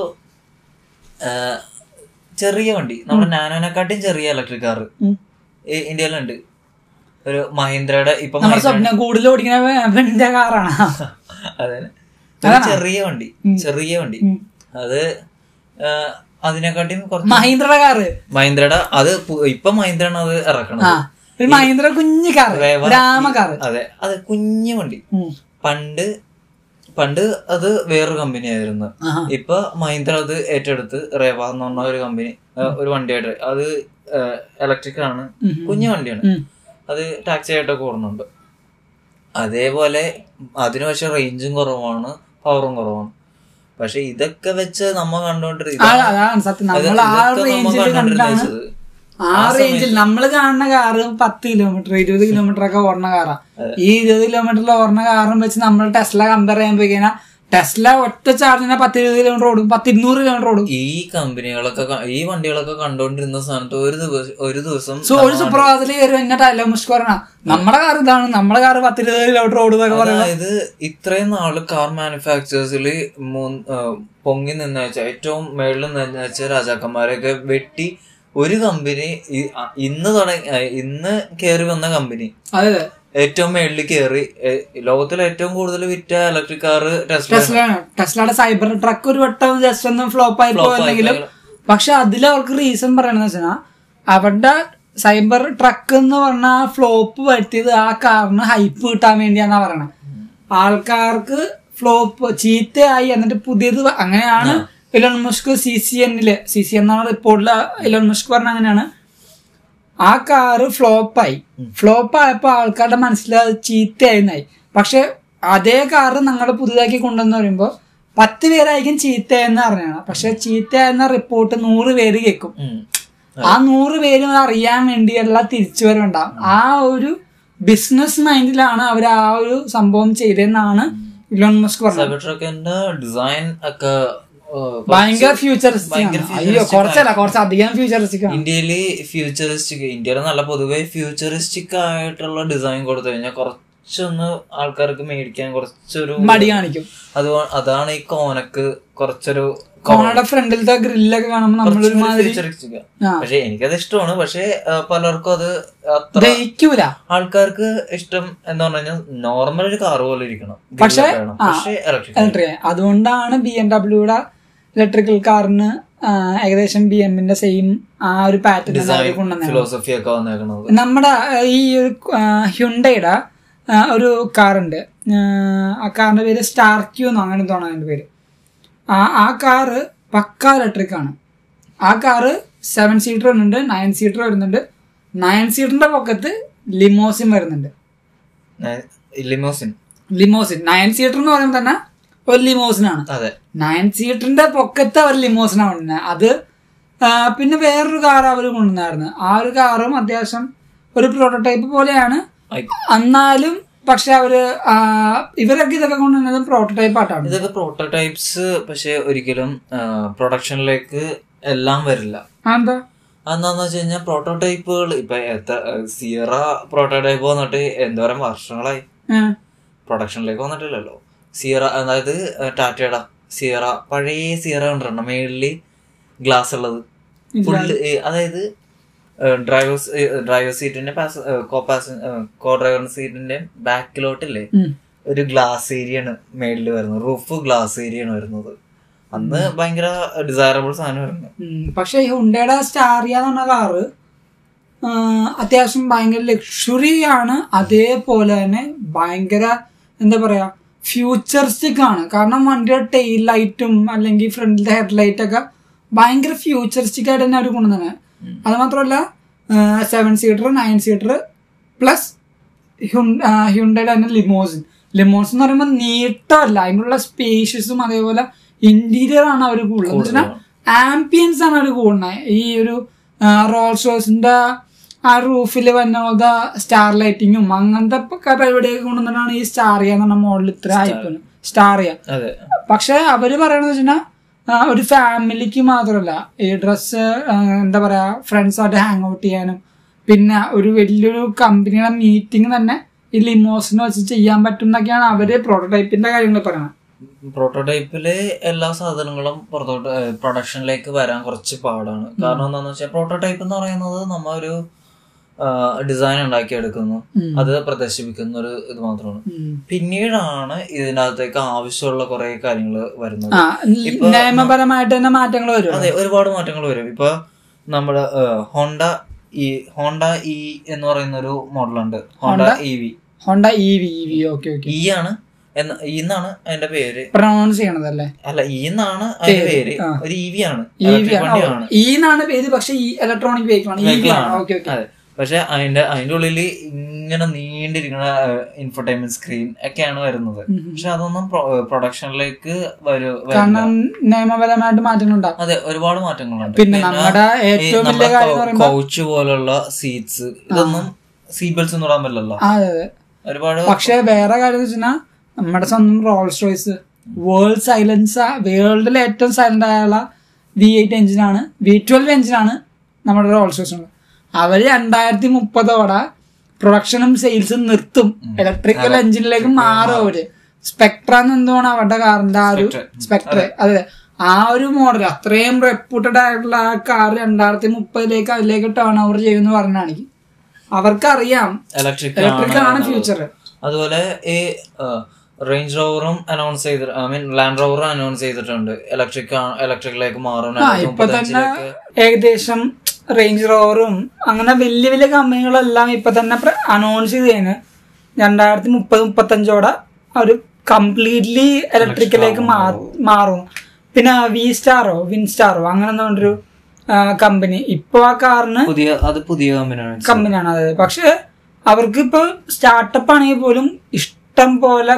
ആഹ്, ചെറിയ വണ്ടി നമ്മുടെ നാനോനെക്കാട്ടിയും ചെറിയ ഇലക്ട്രിക് കാറ് ഉം. ഇന്ത്യയിലുണ്ട് ഒരു മഹീന്ദ്രയുടെ ഇപ്പൊ നമ്മുടെ മഹീന്ദ്ര- സ്വപ്നം കൂടുതൽ ഓടിക്കുന്ന കാറാണ് അതെ ഒരു ചെറിയ വണ്ടി ചെറിയ വണ്ടി അത് ആഹ്, അതിനെക്കാട്ടിയും കുറച്ച് മഹീന്ദ്രയുടെ കാറ് മഹീന്ദ്രയുടെ അത് പു- ഇപ്പൊ മഹീന്ദ്രയാണ് അത് ഇറക്കണത് ആ ഒരു മഹീന്ദ്ര കുഞ്ഞു കാറ് റേവ- രാമ കാറ് അതെ അതെ കുഞ്ഞു വണ്ടി ഉം. പണ്ട് പണ്ട് അത് വേറൊരു കമ്പനി ആയിരുന്നു ആഹാ. ഇപ്പൊ മഹീന്ദ്ര അത് ഏറ്റെടുത്ത് റേവ എന്ന് പറഞ്ഞ ഒരു കമ്പനി ഏഹ്, ഒരു വണ്ടിയായിട്ട് അത് ഇലക്ട്രിക് ആണ് കുഞ്ഞു വണ്ടിയാണ് ഉം. അത് ടാക്സി ആയിട്ടൊക്കെ ഓടുന്നുണ്ട് അതേപോലെ അതിന് പക്ഷെ റേഞ്ചും കുറവാണ് പവറും കുറവാണ് പക്ഷെ ഇതൊക്കെ വെച്ച് നമ്മ ആ, കണ്ടോണ്ടിരിക്കുന്നത് അതാണ് സത്യം നമ്മൾ ആ റേഞ്ചിൽ കണ്ടാണ് ആ റേഞ്ചിൽ നമ്മൾ കാണുന്ന കാറ് പത്ത് കിലോമീറ്റർ ഇരുപത് കിലോമീറ്റർ ഒക്കെ ഓടുന്ന കാറാ ഈ ഇരുപത് കിലോമീറ്ററിൽ ഓടുന്ന കാറും വെച്ച് നമ്മൾ ടെസ്ല കമ്പയർ ചെയ്യാൻ പോയി കഴിഞ്ഞാൽ ടെസ്ല ഒറ്റ ചാർജിനെ പത്ത് ഇരുപത് കിലോമീറ്റർ ഓടും പത്ത് ഇരുന്നൂറ് കിലോമീറ്റർ ഓടും ഈ കമ്പനികളൊക്കെ ക- ഈ വണ്ടികളൊക്കെ കണ്ടോണ്ടിരുന്ന സ്ഥാനത്ത് ഒരു ദിവസം ഒരു ദിവസം സോ ഒരു സുപ്രഭാതത്തിൽ കയറി എന്നെ ടൈലോ മുഷ്ക് പറയണ നമ്മുടെ കാർ ഇതാണ് നമ്മുടെ കാർ പത്ത് ഇരുപത് കിലോമീറ്റർ ഓടും എന്നൊക്കെ പറയുന്നത് അതായത് ഇത്രയും നാള് കാർ മാനുഫാക്ചേഴ്സിൽ പൊങ്ങി നിന്ന് വെച്ച ഏറ്റവും മേളിൽ നിന്ന് വെച്ച രാജാക്കന്മാരെയൊക്കെ വെട്ടി ഒരു കമ്പനി ഇ- അ- ഇന്ന് തുടങ്ങി അ, ഇന്ന് കയറി വന്ന കമ്പനി അതെ അതെ ഏറ്റവും മേളിൽ കയറി ലോകത്തിൽ ഏറ്റവും കൂടുതൽ വിറ്റ ഇലക്ട്രിക് കാറ് ടെസ്ല ടെസ്ല ടെസ്ലയുടെ സൈബർ ട്രക്ക് ഒരു വട്ടം ജസ്റ്റ് ഒന്നും ഫ്ലോപ്പ് ആയി പോയെങ്കിലും പക്ഷെ അതിൽ അവർക്ക് റീസൺ പറയണെന്ന് വെച്ചാൽ അവരുടെ സൈബർ ട്രക്ക് എന്ന് പറഞ്ഞ ആ ഫ്ലോപ്പ് വരുത്തിയത് ആ കാറിന് ഹൈപ്പ് കിട്ടാൻ വേണ്ടിയാന്നാ പറയണത് ആൾക്കാർക്ക് ഫ്ലോപ്പ് ചീത്തയായി എന്നിട്ട് പുതിയത് വ- അങ്ങനെയാണ് ഇലോൺ മുസ്ക് സി സി എന്നില് സി സി എന്ന റിപ്പോർട്ടിൽ ഇലോൺ മുസ്ക് പറഞ്ഞ അങ്ങനെയാണ് ആ കാറ് ഫ്ലോപ്പായി ഫ്ലോപ്പ് ആയപ്പോൾ ആൾക്കാരുടെ മനസ്സിൽ അത് ചീത്തയായിരുന്നായി പക്ഷെ അതേ കാറ് നിങ്ങൾ പുതുതാക്കി കൊണ്ടുവന്ന് പറയുമ്പോൾ പത്ത് പേരായിരിക്കും ചീത്തയെന്ന് അറിഞ്ഞാണ് പക്ഷെ ചീത്തയെന്ന റിപ്പോർട്ട് നൂറ് പേര് കേൾക്കും ഉം. ആ നൂറ് പേരും അത് അറിയാൻ വേണ്ടിയുള്ള തിരിച്ചുവരവുണ്ടാവും ആ ഒരു ബിസിനസ് മൈൻഡിലാണ് അവർ ആ ഒരു സംഭവം ചെയ്തതെന്നാണ് ഇലോൺ മുസ്ക് പറഞ്ഞത് സൈബർ ട്രക്കിന്റെ ഡിസൈൻ ഒക്കെ ഏഹ്, ഭയങ്കര ഫ്യൂച്ചറിസ്റ്റിക് ആണ് അയ്യോ കുറച്ചല്ല കുറച്ചധികം ഫ്യൂച്ചറിസ്റ്റിക് ആണ് ഇന്ത്യയില് ഫ്യൂച്ചറിസ്റ്റിക് ഇന്ത്യയിലെ നല്ല പൊതുവെ ഫ്യൂച്ചറിസ്റ്റിക് ആയിട്ടുള്ള ഡിസൈൻ കൊടുത്തു കഴിഞ്ഞാൽ കുറച്ചൊന്ന് ആൾക്കാർക്ക് മേടിക്കാൻ കുറച്ചൊരു മടി കാണിക്കും അത് അതാണ് ഈ കോനക്ക് കുറച്ചൊരു കോണയുടെ ഫ്രണ്ടിലത്തെ ഗ്രില്ലൊക്കെ കാണുമ്പോൾ നമ്മളൊരു മാതിരി ഫ്യൂച്ചറിസ്റ്റിക് ആ. പക്ഷെ എനിക്കത് ഇഷ്ടമാണ് പക്ഷെ ആ, പലർക്കും അത് അത്ര ദഹിക്കൂല ആൾക്കാർക്ക് ഇഷ്ടം എന്ന് പറഞ്ഞു കഴിഞ്ഞാൽ നോർമൽ ഒരു കാർ പോലെ ഇരിക്കണം പക്ഷേ, Grill വേണം. ആ. പക്ഷേ ഇലക്ട്രിക് എലക്ട്രിക് അതുകൊണ്ടാണ് ബി എം ഡബ്ല്യൂടെ ഇലക്ട്രിക്കൽ കാറിന് ഏകദേശം ബി എമ്മിന്റെ സെയിം ആ ഒരു പാറ്റേൺ കൊണ്ടുവന്നത് ഫിലോസഫി ഒക്കെ വന്നേക്കണത് നമ്മുടെ ആ, ഈ ഒരു ഹ്യുണ്ടയുടെ ഒരു കാറുണ്ട് ആ, ആ കാറിന്റെ പേര് സ്റ്റാർക്യൂ എന്നോ അങ്ങനെ തോന്നുന്നു അതിന്റെ പേര് ആ ആ കാറ് പക്ക ഇലക്ട്രിക് ആണ് ആ കാറ് സെവൻ സീറ്റർ വരുന്നുണ്ട് നയൻ സീറ്റർ വരുന്നുണ്ട് നയൻ സീറ്ററിന്റെ പൊക്കത്ത് ലിമോസിൻ വരുന്നുണ്ട് ലിമോസിൻ ലിമോസിൻ നയൻ സീറ്റർ എന്ന് പറയുമ്പോൾ തന്നെ ഒരു ലിമോസിനാണ് അതെ നയൻ സീറ്ററിന്റെ പൊക്കത്തെ ഒരു ലിമോസിനാണ് കൊണ്ടുവന്നത് അത് ആ, പിന്നെ വേറൊരു കാർ അവർ കൊണ്ടുവന്നായിരുന്നു ആ ഒരു കാറും അത്യാവശ്യം ഒരു പ്രോട്ടോടൈപ്പ് പോലെയാണ് ഐ- എന്നാലും പക്ഷെ അവര് ആ, ഇവരൊക്കെ ഇതൊക്കെ കൊണ്ടുവന്നത് പ്രോട്ടോടൈപ്പ് ആയിട്ടാണ് ഇതൊക്കെ പ്രോട്ടോടൈപ്സ് പക്ഷെ ഒരിക്കലും പ്രൊഡക്ഷനിലേക്ക് എല്ലാം വരില്ല അതെന്താ അതെന്താന്ന് വെച്ച് കഴിഞ്ഞാൽ പ്രോട്ടോടൈപ്പുകൾ ഇപ്പൊ എത്ര സിയറ പ്രോട്ടോടൈപ്പ് വന്നിട്ട് എന്തോരം വർഷങ്ങളായി ഏ, പ്രൊഡക്ഷനിലേക്ക് വന്നിട്ടില്ലല്ലോ സിയറ അതായത് ഏഹ്, ടാറ്റയുടെ സിയറ പഴയ സിയറ ഉണ്ടല്ലോ മേളില് ഗ്ലാസ് ഉള്ളത് ഫുള്ള് അതായത് ഡ്രൈവർ ഡ്രൈവർ സീറ്റിന്റെ കോ പാസ കോ ഡ്രൈവർ സീറ്റിന്റെ ബാക്കിലോട്ടില്ലേ ഉം. ഒരു ഗ്ലാസ് ഏരിയയാണ് മേളിൽ വരുന്നത് റൂഫ് ഗ്ലാസ് ഏരിയയാണ് വരുന്നത് അന്ന് ഭയങ്കര ഡിസൈറബിൾ സാധനമായിരുന്നു ഉം, പക്ഷെ ഈ ഹുണ്ടയുടെ സ്റ്റാറിയ എന്ന് പറഞ്ഞ കാറ് ആ, അത്യാവശ്യം ഭയങ്കര ലക്ഷറി ആണ് അതേപോലെ തന്നെ ഭയങ്കര എന്താ പറയാ ഫ്യൂച്ചറിസ്റ്റിക് ആണ് കാരണം വണ്ടിയുടെ ടെയിൽ ലൈറ്റും അല്ലെങ്കിൽ ഫ്രണ്ടിലെ ഹെഡ് ലൈറ്റ് ഒക്കെ ഭയങ്കര ഫ്യൂച്ചറിസ്റ്റിക് ആയിട്ട് തന്നെ അവർ കൊണ്ടുവന്നത് അത് മാത്രമല്ല seven seater nine seater plus ഹ്യുണ്ടയുടെ തന്നെ ലിമോസിൻ ലിമോസിൻ എന്ന് പറയുമ്പോൾ നീട്ടമല്ല അതിനുള്ള സ്പേഷ്യസും അതേപോലെ ഇന്റീരിയർ ആണ് അവർ കൂടുതൽ എന്ന് വെച്ചാൽ ആംബിയൻസ് ആണ് അവർ കൂടുന്നത് ഈ ഒരു റോൾസ് റോയ്സിന്റെ ആ റൂഫിൽ വന്ന സ്റ്റാർ ലൈറ്റിങ്ങും അങ്ങനത്തെ പ- ക- പരിപാടിയൊക്കെ കൊണ്ടുവന്നിട്ടാണ് ഈ സ്റ്റാറിയ എന്ന് പറഞ്ഞ മോഡൽ ഇത്ര ആയിപ്പോണ് സ്റ്റാറിയ അതെ പക്ഷെ അവര് പറയണെന്ന് വെച്ചാൽ ഒരു ഫാമിലിക്ക് മാത്രമല്ല ഈ ഡ്രസ്സ് എന്താ പറയാ ഫ്രണ്ട്സായിട്ട് ഹാങ് ഔട്ട് ചെയ്യാനും പിന്നെ ഒരു വലിയൊരു കമ്പനിയുടെ മീറ്റിംഗ് തന്നെ ഈ ലിമോസിന് വെച്ച് ചെയ്യാൻ പറ്റും എന്നൊക്കെയാണ് അവര് പ്രോട്ടോടൈപ്പിന്റെ കാര്യങ്ങൾ പറയുന്നത് പ്രോട്ടോടൈപ്പില് എല്ലാ സാധനങ്ങളും പുറത്തോട്ട് പ്രൊഡക്ഷനിലേക്ക് വരാൻ കുറച്ച് പാടാണ് കാരണം എന്താണെന്ന് വെച്ചാൽ പ്രോട്ടോടൈപ്പ് എന്ന് പറയുന്നത് നമ്മ ഒരു ഡിസൈൻ ഉണ്ടാക്കിയെടുക്കുന്നു ഉം. അത് പ്രദർശിപ്പിക്കുന്ന ഒരു ഇത് മാത്രമാണ് ഉം. പിന്നീടാണ് ഇതിനകത്തേക്ക് ആവശ്യമുള്ള കുറെ കാര്യങ്ങൾ വരുന്നത് ആ നിയമപരമായിട്ട് തന്നെ മാറ്റങ്ങൾ വരും അതെ ഒരുപാട് മാറ്റങ്ങൾ വരും ഇപ്പൊ നമ്മുടെ ഏഹ്, ഹോണ്ട ഈ ഹോണ്ട ഇ എന്ന് പറയുന്ന ഒരു മോഡലുണ്ട് Honda E V Honda E E V E V okay okay E ആണ് എന്ന ഇ എന്നാണ് അതിന്റെ പേര് പ്രൊണൗൺസ് ചെയ്യണതല്ലേ അല്ല ഇ എന്നാണ് അതിന്റെ പേര് ആ. ഒരു ഇ വി ആണ് ഇ വി Electric E ആണ് വണ്ടിയാണ് ഇ എന്നാണ് പേര് പക്ഷെ ഈ ഇലക്ട്രോണിക് വെഹിക്കിൾ ആണ് ഇ വി ആണ് ഓക്കെ ഓക്കെ അതെ പക്ഷെ അതിന്റെ അതിന്റെ ഉള്ളിൽ ഇങ്ങനെ നീണ്ടിരിക്കുന്ന ഇൻഫർടൈൻമെന്റ് സ്ക്രീൻ ഒക്കെയാണ് വരുന്നത് പക്ഷെ അതൊന്നും പ്രൊഡക്ഷനിലേക്ക് വരു വരില്ല. കാരണം നിയമപരമായിട്ട് മാറ്റങ്ങൾ ഉണ്ടാകും അതെ ഒരുപാട് മാറ്റങ്ങളുണ്ട് പിന്നെ നമ്മുടെ ഏറ്റവും വലിയ കാര്യം എന്ന് പറയുമ്പോൾ കൗച്ച് പോലുള്ള സീറ്റ്സ് ഇതൊന്നും സീറ്റ് ബെൽറ്റ്സ് ഒന്നും ഇടാൻ പറ്റില്ലല്ലോ ആ അതെ അതെ ഒരുപാട് പക്ഷെ വേറെ കാര്യം എന്ന് വെച്ചാൽ നമ്മുടെ സ്വന്തം റോൾസ് റോയ്സ് വേൾഡ് സൈലൻസ് വേൾഡിലെ ഏറ്റവും സൈലന്റ് ആയുള്ള വി എയ്റ്റ് എഞ്ചിനാണ് വി ട്വൽവ് എഞ്ചിനാണ് നമ്മുടെ റോൾസ് റോയ്സ് ഉള്ളത് അവർ രണ്ടായിരത്തി മുപ്പതോടെ പ്രൊഡക്ഷനും സെയിൽസും നിർത്തും ഇലക്ട്രിക്കൽ എഞ്ചിനിലേക്ക് മാറും അവര് സ്പെക്ട്ര എന്തുമാണ് അവരുടെ കാറിന്റെ ആ ഒരു സ്പെക്ട്ര അതെ ആ ഒരു മോഡൽ അത്രയും റെപ്യൂട്ടഡ് ആയിട്ടുള്ള ആ കാർ രണ്ടായിരത്തി മുപ്പതിലേക്ക് അതിലേക്ക് ടേൺ ഓവർ ചെയ്യുമെന്ന് പറഞ്ഞാണെങ്കിൽ അവർക്കറിയാം ഇലക്ട്രിക് ഇലക്ട്രിക്കൽ ആണ് ഫ്യൂച്ചർ അതുപോലെ ഈ റേഞ്ച് റോവറും അനൗൺസ് ചെയ്തിട്ട് ഐ മീൻ ലാൻഡ് റോവറും അനൗൺസ് ചെയ്തിട്ടുണ്ട് ഇലക്ട്രിക് ഇലക്ട്രിക്കിലേക്ക് മാറും ആ ഇപ്പൊ തന്നെ ഏകദേശം റേഞ്ച് റോവറും അങ്ങനെ വലിയ വലിയ കമ്പനികളെല്ലാം ഇപ്പൊ തന്നെ അനൗൺസ് ചെയ്തേന് രണ്ടായിരത്തി മുപ്പത് മുപ്പത്തഞ്ചോടെ അവർ കംപ്ലീറ്റ്ലി ഇലക്ട്രിക്കിലേക്ക് മാറും പിന്നെ വി സ്റ്റാറോ വിൻ സ്റ്റാറോ അങ്ങനെ എന്തോ ഒരു കമ്പനി ഇപ്പൊ ആ കാറിന് പുതിയ അത് പുതിയ കമ്പനിയാണ് കമ്പനിയാണ് അതായത് പക്ഷെ അവർക്ക് ഇപ്പൊ സ്റ്റാർട്ടപ്പ് ആണെങ്കിൽ പോലും ഇഷ്ടം പോലെ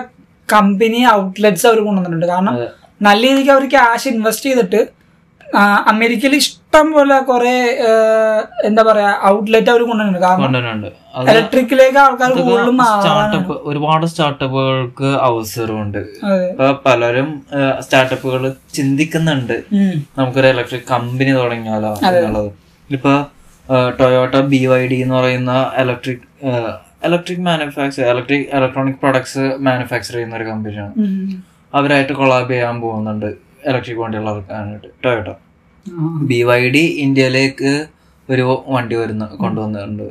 കമ്പനി ഔട്ട്ലെറ്റ്സ് അവർ കൊണ്ടുവന്നിട്ടുണ്ട് കാരണം അതെ. നല്ല രീതിക്ക് അവർ ക്യാഷ് ഇൻവെസ്റ്റ് ചെയ്തിട്ട് ആ, അമേരിക്കയിൽ ഇഷ്ടം പോലെ കുറെ എന്താ പറയാ ഔട്ട്ലെറ്റ് അവർ കൊണ്ടുവന്നിട്ടുണ്ട് കാരണം കൊണ്ടുവരുന്നുണ്ട് അത് ഇലക്ട്രിക്കിലേക്ക് ആൾക്കാർ കൂടുതലും മാറാനാണ് സ്റ്റാർട്ടപ്പ് ഒരുപാട് സ്റ്റാർട്ടപ്പുകൾക്ക് അവസരമുണ്ട് അതെ ഇപ്പൊ പലരും സ്റ്റാർട്ടപ്പുകൾ ചിന്തിക്കുന്നുണ്ട് ഉം. നമുക്കൊരു ഇലക്ട്രിക് കമ്പനി തുടങ്ങിയാലോ എന്നുള്ളത് ഇപ്പൊ ടൊയോട്ട ബി വൈ ഡി എന്ന് പറയുന്ന electric electric manufacture electric electronic products manufacture ചെയ്യുന്ന ഒരു കമ്പനിയാണ് ഉം. അവരായിട്ട് കൊളാബ് ചെയ്യാൻ പോകുന്നുണ്ട് ഇലക്ട്രിക് വണ്ടികൾ ഇറക്കാനായിട്ട് ടൊയോട്ട ആ. ബി വൈ ഡി ഇന്ത്യയിലേക്ക് ഒരു വണ്ടി വരുന്ന കൊണ്ടുവന്നിട്ടുണ്ട്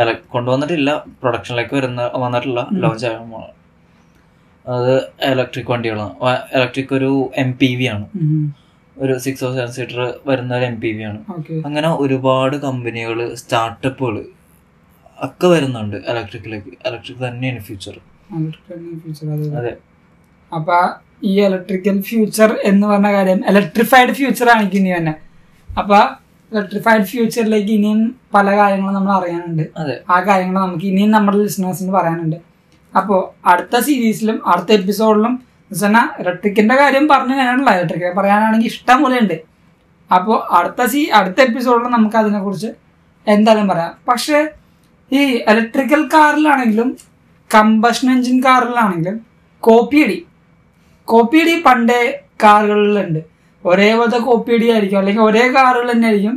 അല്ല കൊണ്ടുവന്നിട്ടില്ല പ്രൊഡക്ഷനിലേക്ക് വരുന്ന വന്നിട്ടില്ല ലോഞ്ച് ആകാൻ പോണ അത് ഇലക്ട്രിക് വണ്ടികളാണ് ഇലക്ട്രിക് ഒരു എം പി വി ആണ് ഉം. ഒരു സിക്സ് ഓർ സെവൻ സീറ്റർ വരുന്ന ഒരു എം പി വി ആണ് ഓക്കെ അങ്ങനെ ഒരുപാട് കമ്പനികൾ സ്റ്റാർട്ടപ്പുകൾ ഒക്കെ വരുന്നുണ്ട് ഇലക്ട്രിക്കിലേക്ക് ഇലക്ട്രിക് തന്നെയാണ് ഫ്യൂച്ചർ ഫ്യൂച്ചർ അതെ അതെ അപ്പൊ ഈ ഇലക്ട്രിക്കൽ ഫ്യൂച്ചർ എന്ന് പറഞ്ഞ കാര്യം ഇലക്ട്രിഫൈഡ് ഫ്യൂച്ചർ ആണ് എനിക്ക് ഇനി തന്നെ അപ്പൊ ഇലക്ട്രിഫൈഡ് ഫ്യൂച്ചറിലേക്ക് ഇനിയും പല കാര്യങ്ങളും നമ്മൾ അറിയാനുണ്ട് അതെ. ആ കാര്യങ്ങൾ നമുക്ക് ഇനിയും നമ്മുടെ ലിസണേഴ്സിന് പറയാനുണ്ട് അപ്പോൾ അടുത്ത സീരീസിലും അടുത്ത എപ്പിസോഡിലും എന്നുവെച്ചാൽ ഇലക്ട്രിക്കിന്റെ കാര്യം പറഞ്ഞു കഴിഞ്ഞാണല്ലോ ഇലക്ട്രിക്കിനെ പറയാനാണെങ്കിൽ ഇഷ്ടം പോലെ ഉണ്ട് അപ്പോൾ അടുത്ത സീ അടുത്ത എപ്പിസോഡിൽ നമുക്ക് അതിനെക്കുറിച്ച് എന്തായാലും പറയാം പക്ഷേ ഈ ഇലക്ട്രിക്കൽ കാറിലാണെങ്കിലും കമ്പഷൻ എഞ്ചിൻ കാറിലാണെങ്കിലും കോപ്പിയടി കോപ്പിയടി പണ്ടേ കാറുകളിലുണ്ട് ഒരേപോലത്തെ കോപ്പിയടി ആയിരിക്കും അല്ലെങ്കിൽ ഒരേ കാറുകൾ തന്നെ ആയിരിക്കും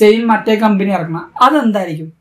സെയിം മറ്റേ കമ്പനി ഇറക്കണം അതെന്തായിരിക്കും